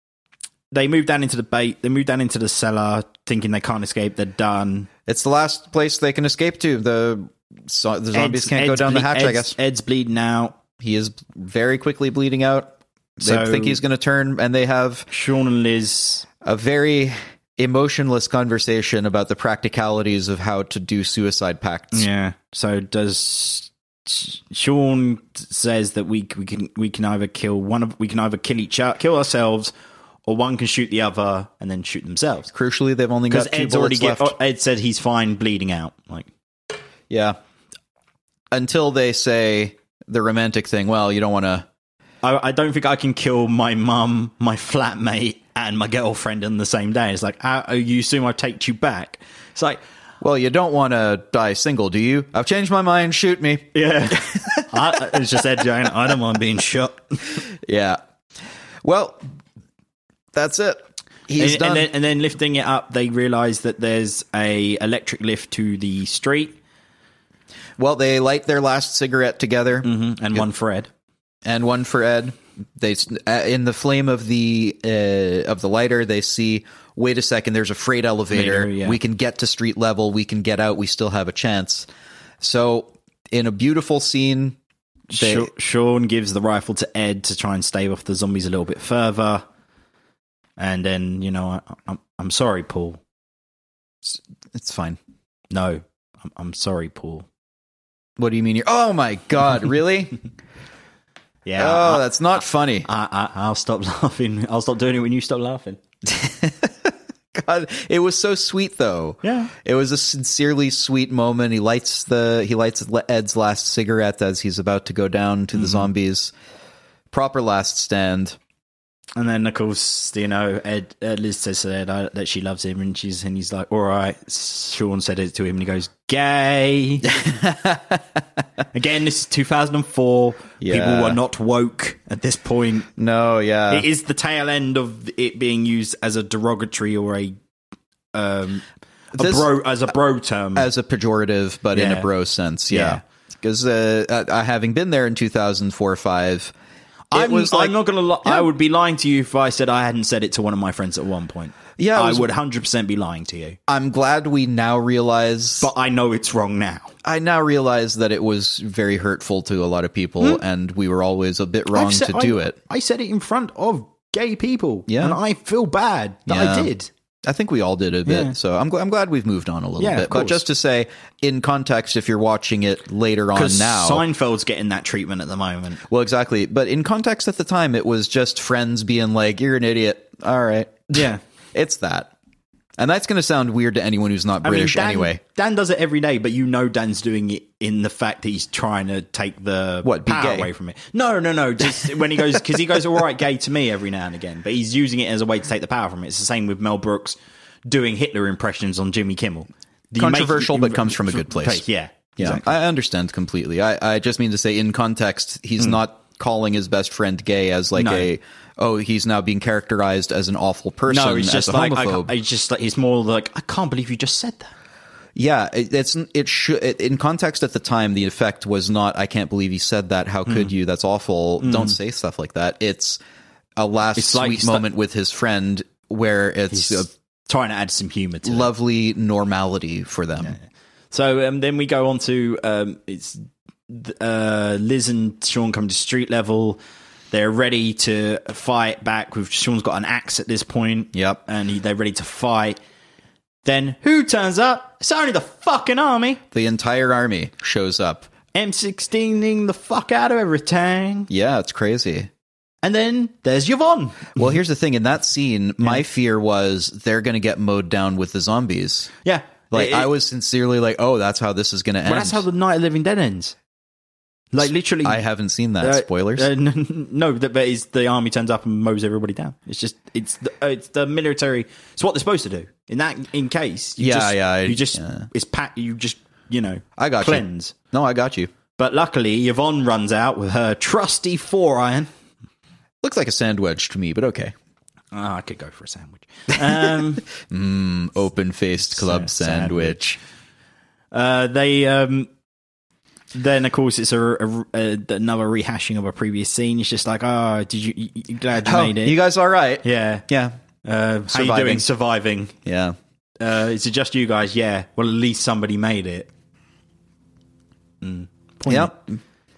A: they move down into the bait. They move down into the cellar, thinking they can't escape. They're done.
B: It's the last place they can escape to. The so, the zombies
A: Ed's-
B: can't go
A: Ed's
B: down the
A: ble-
B: hatch. I
A: Ed's-
B: guess
A: Ed's bleeding out.
B: he is very quickly bleeding out. They
A: So-
B: think he's going to turn, and they have
A: Sean and Liz
B: a very emotionless conversation about the practicalities of how to do suicide pacts.
A: Yeah. So does Sean says that we we can we can either kill one of we can either kill each other, kill ourselves, or one can shoot the other and then shoot themselves.
B: Crucially, they've only
A: Because
B: got two
A: Ed's already
B: bullets
A: get,
B: left.
A: oh, Ed said he's fine bleeding out. Like
B: Yeah, until they say the romantic thing. Well, you don't want to.
A: I, I don't think I can kill my mum, my flatmate, and my girlfriend on the same day. It's like "Ah, oh, you assume I take you back. It's like
B: Well, you don't want to die single, do you? I've changed my mind. Shoot me.
A: yeah, I, it's just Ed going. I don't mind being shot.
B: Yeah. Well, that's it. He's
A: and,
B: done.
A: and then, and then lifting it up, they realize that there's a electric lift to the street
B: Well, they light their last cigarette together,
A: Mm-hmm. and one for Ed.
B: and one for Ed. They s- uh, in the flame of the uh, of the lighter, they see. Wait a second! There's a freight elevator.
A: Elevator, yeah.
B: We can get to street level. We can get out. We still have a chance. So, in a beautiful scene, they,
A: Sha- Sean gives the rifle to Ed to try and stave off the zombies a little bit further, and then you know I, I'm I'm sorry, Paul.
B: it's fine.
A: No, I'm, I'm sorry, Paul.
B: What do you mean? You're, oh my god! Really?
A: Yeah,
B: oh, that's not funny.
A: I, I, I I'll stop laughing. I'll stop doing it when you stop laughing.
B: God, it was so sweet though.
A: Yeah.
B: it was a sincerely sweet moment. He lights the he lights Le- Ed's last cigarette as he's about to go down
A: Mm-hmm.
B: to the zombies. Proper last stand.
A: And then, of course, you know, Ed, uh, Liz says to Ed uh, that she loves him, and she's and he's like, "All right." Sean said it to him, and he goes, "Gay." Again, this is 2004. People
B: Yeah.
A: were not woke at this point.
B: No, yeah,
A: It is the tail end of it being used as a derogatory or a um a
B: This-
A: bro as a bro term.
B: as a pejorative, but in
A: Yeah.
B: a bro sense. Yeah, because uh, uh, having been there in two thousand four or five,
A: I'm,
B: it was like
A: I'm not gonna. Li- I would be lying to you if I said I hadn't said it to one of my friends at one point.
B: Yeah, it was-
A: I would 100 percent be lying to you,
B: I'm glad we now realize.
A: but I know it's wrong now.
B: I now realize that it was very hurtful to a lot of people,
A: Hmm.
B: and we were always a bit wrong
A: I've said-
B: to do
A: I-
B: it.
A: I said it in front of gay people.
B: Yeah.
A: And I feel bad that I
B: Yeah.
A: did.
B: I think we all did a bit.
A: Yeah.
B: So I'm, gl- I'm glad we've moved on a little
A: Yeah, of
B: bit. But
A: course.
B: just to say, in context, if you're watching it later on
A: Because
B: now.
A: Seinfeld's getting that treatment at the moment.
B: well, exactly. But in context at the time, it was just friends being like, you're an idiot. All right.
A: Yeah.
B: It's that. And that's going to sound weird to anyone who's not British
A: Dan,
B: anyway.
A: Dan does it every day, but you know Dan's doing it in the fact that he's trying to take the
B: What, be
A: power
B: gay?
A: away from it. No, no, no. Just when he goes, because he goes, all right, gay to me every now and again, but he's using it as a way to take the power from it. It's the same with Mel Brooks doing Hitler impressions on Jimmy Kimmel. The
B: Controversial,
A: make-
B: but comes from a good place.
A: Yeah.
B: Yeah, I understand completely. I, I just mean to say, in context, he's not calling his best friend gay as like
A: Hmm. No.
B: a oh he's now being characterized as an awful person.
A: No, it's
B: as
A: just
B: a
A: like I
B: homophobe.
A: can't- it's just like it's more like I can't believe you just said that.
B: yeah, it, it's it should it, in context at the time. The effect was not I can't believe he said that. How could
A: Hmm.
B: you? That's awful. Don't say stuff like that. It's a last
A: It's like-
B: sweet
A: it's like-
B: moment with his friend where it's a
A: Trying to add some humor to it.
B: lovely normality for them.
A: So um, then we go on to um, it's th- uh, Liz and Sean come to street level. They're ready to fight back. With Sean's got an axe at this point.
B: Yep.
A: and he, they're ready to fight. Then who turns up? It's only the fucking army.
B: The entire army shows up.
A: M16ing the fuck out of everything.
B: Yeah, it's crazy.
A: And then there's Yvonne.
B: Well, here's the thing. In that scene, my fear was they're going to get mowed down with the zombies.
A: Yeah,
B: Like
A: It-
B: I was sincerely like, oh, that's how this is going to end.
A: But that's how the Night of the Living Dead ends. Like literally,
B: I haven't seen that.
A: Uh,
B: Spoilers.
A: uh, n- no, that but it's the army turns up and mows everybody down. It's just it's the, uh, it's the military. It's what they're supposed to do in that in case. You
B: Yeah,
A: just,
B: yeah, I-
A: You just
B: yeah.
A: it's pat. You just you know.
B: I got you.
A: cleanse.
B: no, I got you.
A: But luckily, Yvonne runs out with her trusty four iron.
B: Looks like a sand wedge to me, but okay.
A: Ah, I could go for a sandwich. Um,
B: Open faced club
A: Sa-
B: sandwich.
A: uh, they um, then of course it's a, a- a- another rehashing of a previous scene. It's just like, oh, did you, you, you glad you
B: Oh,
A: made it?
B: you guys all right?
A: yeah.
B: Yeah.
A: Uh, how you
B: Surviving.
A: doing? Surviving.
B: Yeah.
A: uh, is it just you guys? Yeah. Well, at least somebody made it. Hmm.
B: Yep.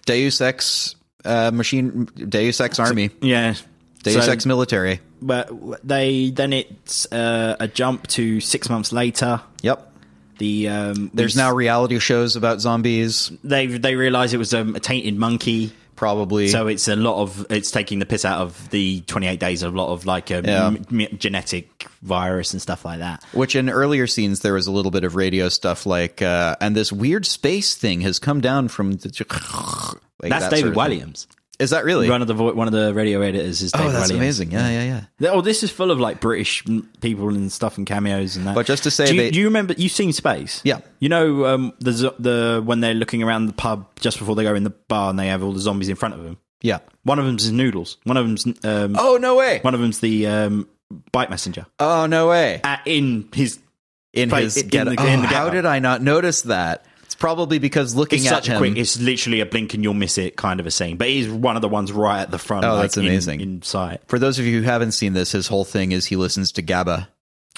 B: Deus Ex uh, machine, Deus Ex army,
A: Yeah.
B: Deus
A: So-
B: Ex military.
A: But they then it's uh, a jump to six months later.
B: Yep.
A: The um,
B: There's
A: we-
B: now reality shows about zombies,
A: they they realize it was um, a tainted monkey.
B: probably.
A: So it's a lot of it's taking the piss out of the 28 days of a lot of like a
B: Yeah.
A: m- m- genetic virus and stuff like that.
B: Which in earlier scenes there was a little bit of radio stuff like, uh, and this weird space thing has come down from. The,
A: That's
B: like that sort
A: David
B: of thing.
A: Williams.
B: Is that really?
A: One of the vo- one of the radio editors is David
B: oh, that's
A: Williams.
B: amazing! Yeah, yeah, yeah.
A: Oh, this is full of like British m- people and stuff and cameos and that.
B: But just to say
A: do you,
B: they-
A: do you remember you've seen Space?
B: Yeah.
A: You know um, the zo- the when they're looking around the pub just before they go in the bar and they have all the zombies in front of them.
B: Yeah.
A: One of them's noodles. One of them's um,
B: Oh no way!
A: one of them's the um, bite messenger
B: Oh no way!
A: uh, in his.
B: In
A: Like,
B: his
A: in the-
B: get-
A: in the
B: oh, how
A: getup.
B: did I not notice that? It's probably because looking
A: It's
B: at
A: such
B: him.
A: a quick. It's literally a blink and you'll miss it kind of a scene, but it is one of the ones right at the front.
B: Oh,
A: like,
B: that's
A: in-
B: amazing.
A: In, sight.
B: for those of you who haven't seen this, his whole thing is he listens to GABA,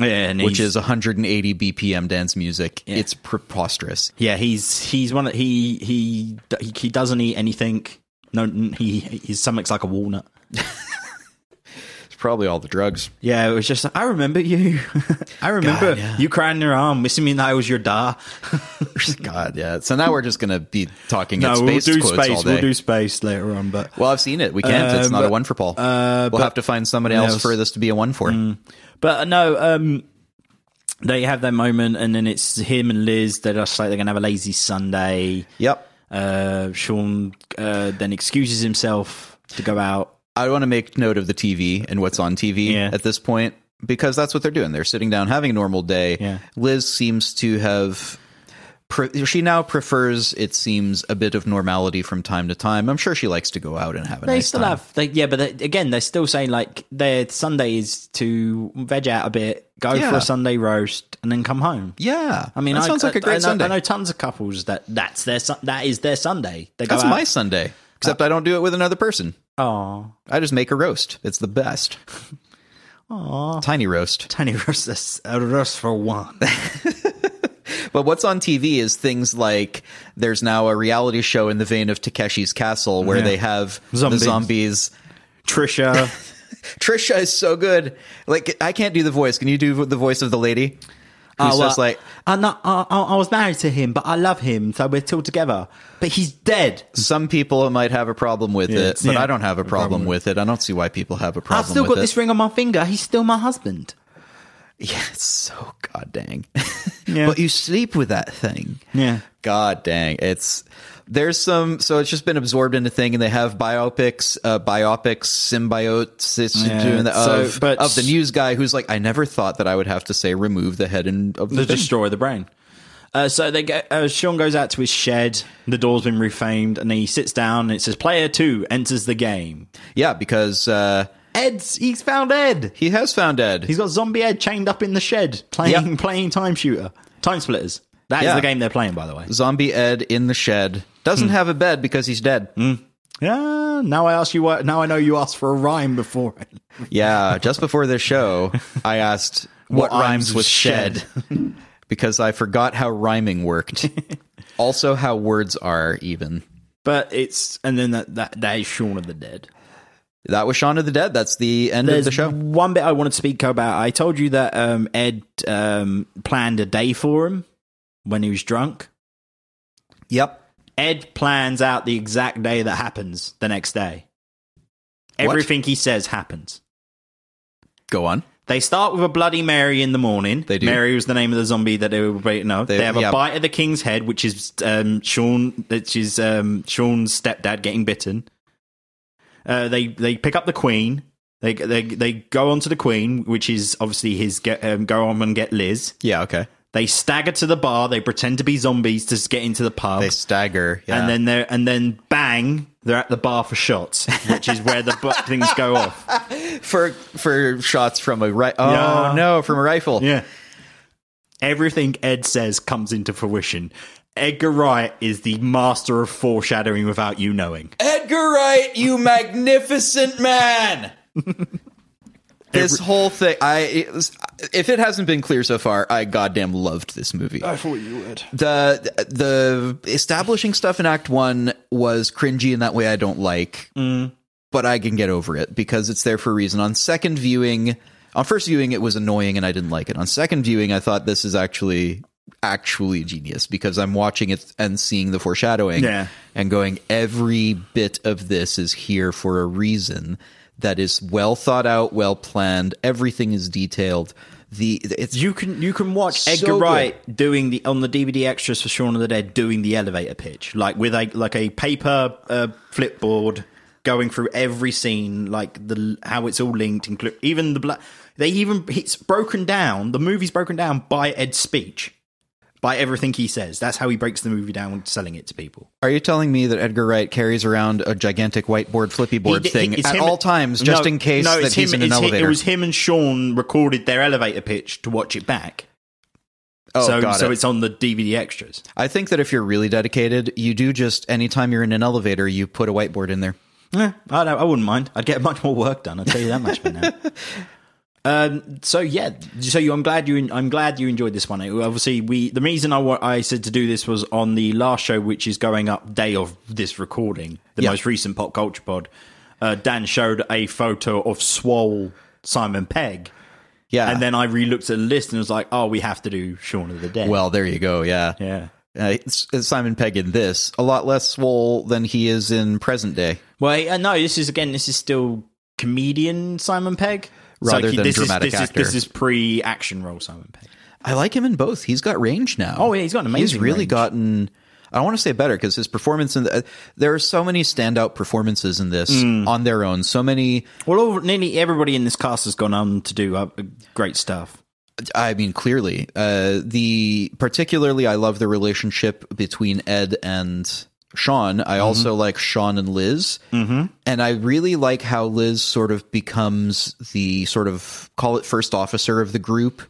A: Yeah, and
B: which
A: he's-
B: is 180 BPM dance music. It's preposterous.
A: Yeah, he's he's one. Of, he he he he doesn't eat anything. No, n- he his stomach's like a walnut.
B: It's probably all the drugs.
A: Yeah, it was just. like, I remember you. I remember
B: God, yeah.
A: you crying your arm, missing me. That I was your da.
B: God, yeah. So now we're just gonna be talking at
A: No, we'll
B: space
A: do
B: quotes all
A: space.
B: day.
A: We'll do space later on. But
B: Well, I've seen it. We can't. it's
A: Um,
B: not a
A: but-
B: one for Paul.
A: uh,
B: we'll
A: but- Mm.
B: have to find somebody else,
A: else.
B: for this to be a one for.
A: but no, um, they have their moment, and then it's him and Liz. They're just like they're gonna have a lazy Sunday.
B: Yep.
A: Uh, Sean uh, then excuses himself to go out.
B: I want to make note of the TV and what's on TV
A: Yeah.
B: at this point because that's what they're doing. They're sitting down having a normal day.
A: Yeah.
B: Liz seems to have. pre- She now prefers, it seems, a bit of normality from time to time. I'm sure she likes to go out and have a
A: They
B: nice
A: still
B: time.
A: have, they, yeah, but they, again, they're still saying like their Sunday is to veg out a bit, go
B: Yeah.
A: for a Sunday roast, and then come home.
B: yeah,
A: I mean,
B: that
A: I,
B: sounds like
A: I-
B: a great
A: I know,
B: Sunday.
A: I know tons of couples that that's their Sun- that is their Sunday. They go
B: that's
A: out. Uh,
B: my Sunday, except I don't do it with another person.
A: Aw.
B: I just make a roast. It's the best. Tiny roast.
A: tiny roast, that's a roast for one.
B: But what's on TV is things like there's now a reality show in the vein of Takeshi's Castle where
A: Yeah.
B: they have
A: Zombies.
B: the zombies.
A: Trisha,
B: Trisha is so good. Like I can't do the voice. Can you do the voice of the lady?
A: Uh,
B: Who's just like
A: I'm not, I, I I was married to him, but I love him, so we're still together. But he's dead.
B: some people might have a problem with it, but
A: Yeah.
B: I don't have a problem with it. I don't see why people have a problem
A: I've still
B: with
A: got
B: it.
A: this ring on my finger. He's still my husband.
B: Yeah, it's so god dang.
A: Yeah.
B: but you sleep with that thing.
A: Yeah.
B: God dang. It's there's some so it's just been absorbed into thing and they have biopics, uh biopics, symbiotes
A: Yeah, so-
B: of,
A: but-
B: of the news guy who's like, I never thought that I would have to say remove the head and of the
A: to
B: thing."
A: destroy the brain. Uh, so they get, uh, Sean goes out to his shed. The door's been refamed, and he sits down. And it says, "Player two enters the game."
B: Yeah, because uh
A: Ed's he's found Ed.
B: he has found Ed.
A: He's got zombie Ed chained up in the shed, playing
B: Yeah.
A: playing time shooter, time splitters. That is
B: Yeah.
A: the game they're playing, by the way.
B: Zombie Ed in the shed.
A: Hmm.
B: Doesn't have a bed because he's dead.
A: Yeah. Now I asked you. What, now I know you asked for a rhyme before.
B: Yeah, just before this show, I asked what, rhymes with shed because I forgot how rhyming worked. also, how words are even.
A: But it's and then that that, that is Shaun of the Dead.
B: That was Shaun of the Dead. That's the end of the show.
A: one bit I wanted to speak about. I told you that um, Ed um, planned a day for him when he was drunk.
B: Yep.
A: Ed plans out the exact day that happens the next day.
B: What?
A: Everything he says happens.
B: Go on.
A: They start with a Bloody Mary in the morning.
B: They do.
A: Mary was the name of the zombie that they were waiting No, They,
B: They-
A: have
B: yeah.
A: a bite of the king's head, which is um, Sean, which is um, Sean's stepdad getting bitten. Uh, they they pick up the queen. They they they go on to the queen, which is obviously his get, um, go on and get Liz.
B: Yeah. Okay.
A: They stagger to the bar. They pretend to be zombies to s- get into the pub.
B: They stagger. Yeah.
A: and then they're and then bang, they're at the bar for shots, which is where the bu- things go off.
B: for for shots from a right. Oh
A: Yeah.
B: no, from a rifle.
A: Yeah, everything Ed says comes into fruition. Edgar Wright is the master of foreshadowing without you knowing.
B: Edgar Wright, you magnificent man. this whole thing, I it was- if it hasn't been clear so far, I goddamn loved this movie.
C: I thought you would.
B: the the establishing stuff in Act One was cringy in that way I don't like, but I can get over it because it's there for a reason. On second viewing, on first viewing, it was annoying and I didn't like it. On second viewing, I thought this is actually actually genius because I'm watching it and seeing the foreshadowing
A: Yeah.
B: and going every bit of this is here for a reason that is well thought out, well planned. Everything is detailed. The it's
A: You can you can watch
B: So
A: Edgar
B: good.
A: Wright doing the on the DVD extras for Shaun of the Dead doing the elevator pitch like with a like a paper uh, flip board going through every scene like the how it's all linked include even the black they even it's broken down the movie's broken down by Ed's speech by everything he says that's how he breaks the movie down when selling it to people
B: Are you telling me that Edgar Wright carries around a gigantic whiteboard flippy board
A: He-
B: thing
A: he- it's
B: at
A: him-
B: all times, just
A: No,
B: in case
A: no,
B: that
A: it's
B: he's
A: him-
B: in an
A: it's hi-
B: elevator?
A: it was him and Sean recorded their elevator pitch to watch it back
B: oh,
A: so
B: got
A: so
B: it.
A: it's on the DVD extras
B: I think that if you're really dedicated, you do just anytime you're in an elevator, you put a whiteboard in there.
A: Yeah, I don't, I wouldn't mind. I'd get much more work done. I'll tell you that much for now. Um, so yeah, so you, I'm glad you. I'm glad you enjoyed this one. It- obviously, we the reason I wa- I said to do this was on the last show, which is going up day of this recording, the
B: Yeah.
A: most recent pop culture pod. Uh, Dan showed a photo of Swole Simon Pegg,
B: Yeah.
A: and then I re-looked at the list and was like, oh, we have to do Shaun of the Dead.
B: well, there you go. Yeah.
A: yeah.
B: Uh, it's- it's Simon Pegg in this a lot less swole than he is in present day.
A: Well, he- uh, no, this is again, this is still comedian Simon Pegg. So
B: Rather
A: he-
B: than
A: this
B: dramatic
A: is, this
B: actor.
A: Is, this is pre-action role Simon Pegg.
B: I like him in both. He's got range now.
A: Oh, yeah, he's got an
B: He's
A: amazing
B: really
A: range.
B: gotten. I want to say better because his performance in the, uh, there are so many standout performances in this
A: Mm.
B: on their own. So many
A: Well, all, nearly everybody in this cast has gone on to do uh, great stuff.
B: I mean, clearly, uh, the particularly I love the relationship between Ed and Sean. I also like Sean and Liz, mm-hmm. and I really like how Liz sort of becomes the sort of call it first officer of the group,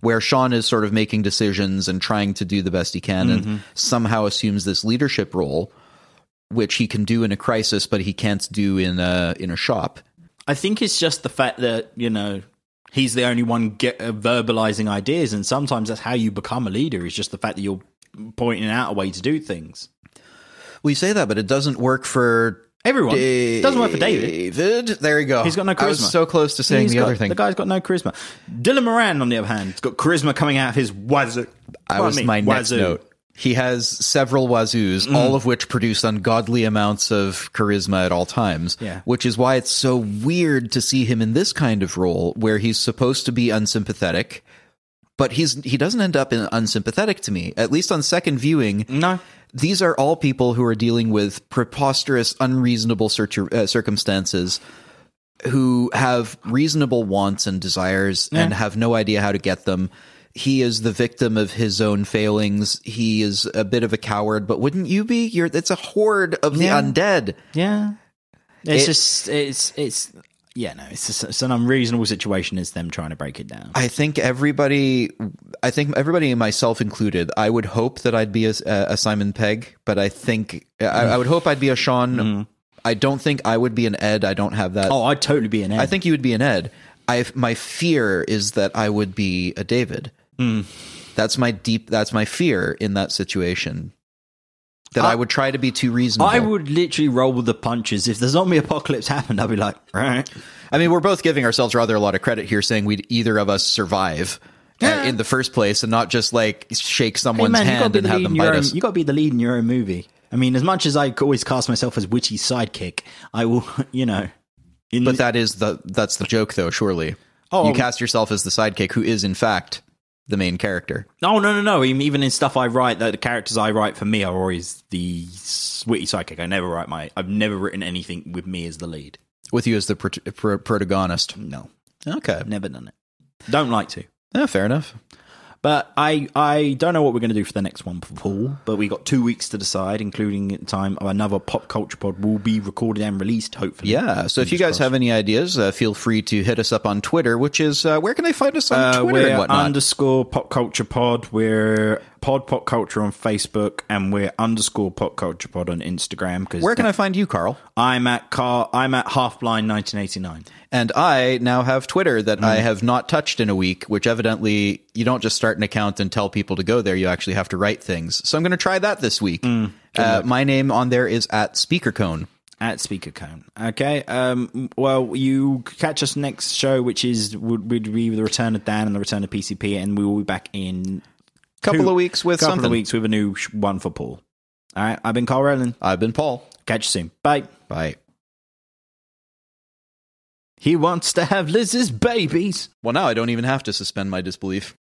B: where Sean is sort of making decisions and trying to do the best he can, and somehow assumes this leadership role, which he can do in a crisis, but he can't do in a in a shop.
A: I think it's just the fact that you know he's the only one get, uh, verbalizing ideas, and sometimes that's how you become a leader. Is just the fact that you're pointing out a way to do things.
B: We say that, but it doesn't work for
A: Everyone
B: Eh.
A: doesn't work for David.
B: David, there you go.
A: He's got no
B: I was
A: charisma.
B: so close to saying
A: He's
B: the
A: got-
B: other thing.
A: The guy's got no charisma. Dylan Moran, on the other hand, has got charisma coming out of his wazoo. Mm.
B: I was my next note. He has several wazoos, all of which produce ungodly amounts of charisma at all times.
A: Yeah.
B: Which is why it's so weird to see him in this kind of role where he's supposed to be unsympathetic, but he's he doesn't end up in unsympathetic to me. At least on second viewing,
A: No.
B: these are all people who are dealing with preposterous, unreasonable cir- uh, circumstances who have reasonable wants and desires and have no idea how to get them. He is the victim of his own failings. He is a bit of a coward, but wouldn't you be? You're it's a horde of the
A: Yeah.
B: undead.
A: Yeah. It's
B: It-
A: just it's it's yeah no it's just, it's an unreasonable situation. It's them trying to break it down.
B: I think everybody, I think everybody, myself included, I would hope that I'd be a, a Simon Pegg, but I think I, I would hope I'd be a Sean. I don't think I would be an Ed. I don't have that.
A: oh, I'd totally be an.
B: I think you would be an Ed. I my fear is that I would be a David.
A: Hmm.
B: That's my deep. That's my fear in that situation. That I, would try to be too reasonable.
A: I would literally roll with the punches. If the zombie apocalypse happened, I'd be like, right.
B: I mean, we're both giving ourselves rather a lot of credit here, saying we'd either of us survive uh, in the first place, and not just like shake someone's
A: you gotta
B: hand
A: be
B: and
A: the
B: have
A: lead
B: them
A: in your
B: bite
A: own-
B: us.
A: you gotta be the lead in your own movie. I mean, as much as I always cast myself as witty sidekick, I will, you know. In
B: But that is the that's the joke, though. Surely,
A: Oh.
B: you cast yourself as the sidekick, who is in fact the main character.
A: Oh no no no! Even in stuff I write, that the characters I write for me are always the witty psychic. I never write my. I've never written anything with me as the lead.
B: With you as the pro- pro- protagonist.
A: No,
B: Okay,
A: never done it. Don't like to.
B: yeah, fair enough.
A: But I I don't know what we're going to do for the next one, Paul. But we got two weeks to decide, including the time of another pop culture pod will be recorded and released. Hopefully,
B: Yeah. So if you guys have any ideas, uh, feel free to hit us up on Twitter, which is uh, where can they find us on
A: Uh,
B: Twitter and
A: we're
B: whatnot?
A: underscore pop culture pod. We're pod pop culture on Facebook, and we're underscore pop culture pod on Instagram. Because
B: where can I find you, Carl?
A: I'm at car. I'm at half blind 1989.
B: And I now have Twitter that I have not touched in a week, which evidently you don't just start an account and tell people to go there. You actually have to write things. So I'm going to try that this week. uh, my name on there is at SpeakerCone.
A: at speaker cone okay um well you catch us next show which is would, would be the return of dan and the return of pcp and we will be back in
B: Couple of weeks with
A: couple
B: something.
A: of weeks with a new sh- one for paul all right i've been carl Rowland.
B: I've been Paul.
A: catch you soon bye
B: Bye.
A: he wants to have liz's babies
B: Well, now I don't even have to suspend my disbelief.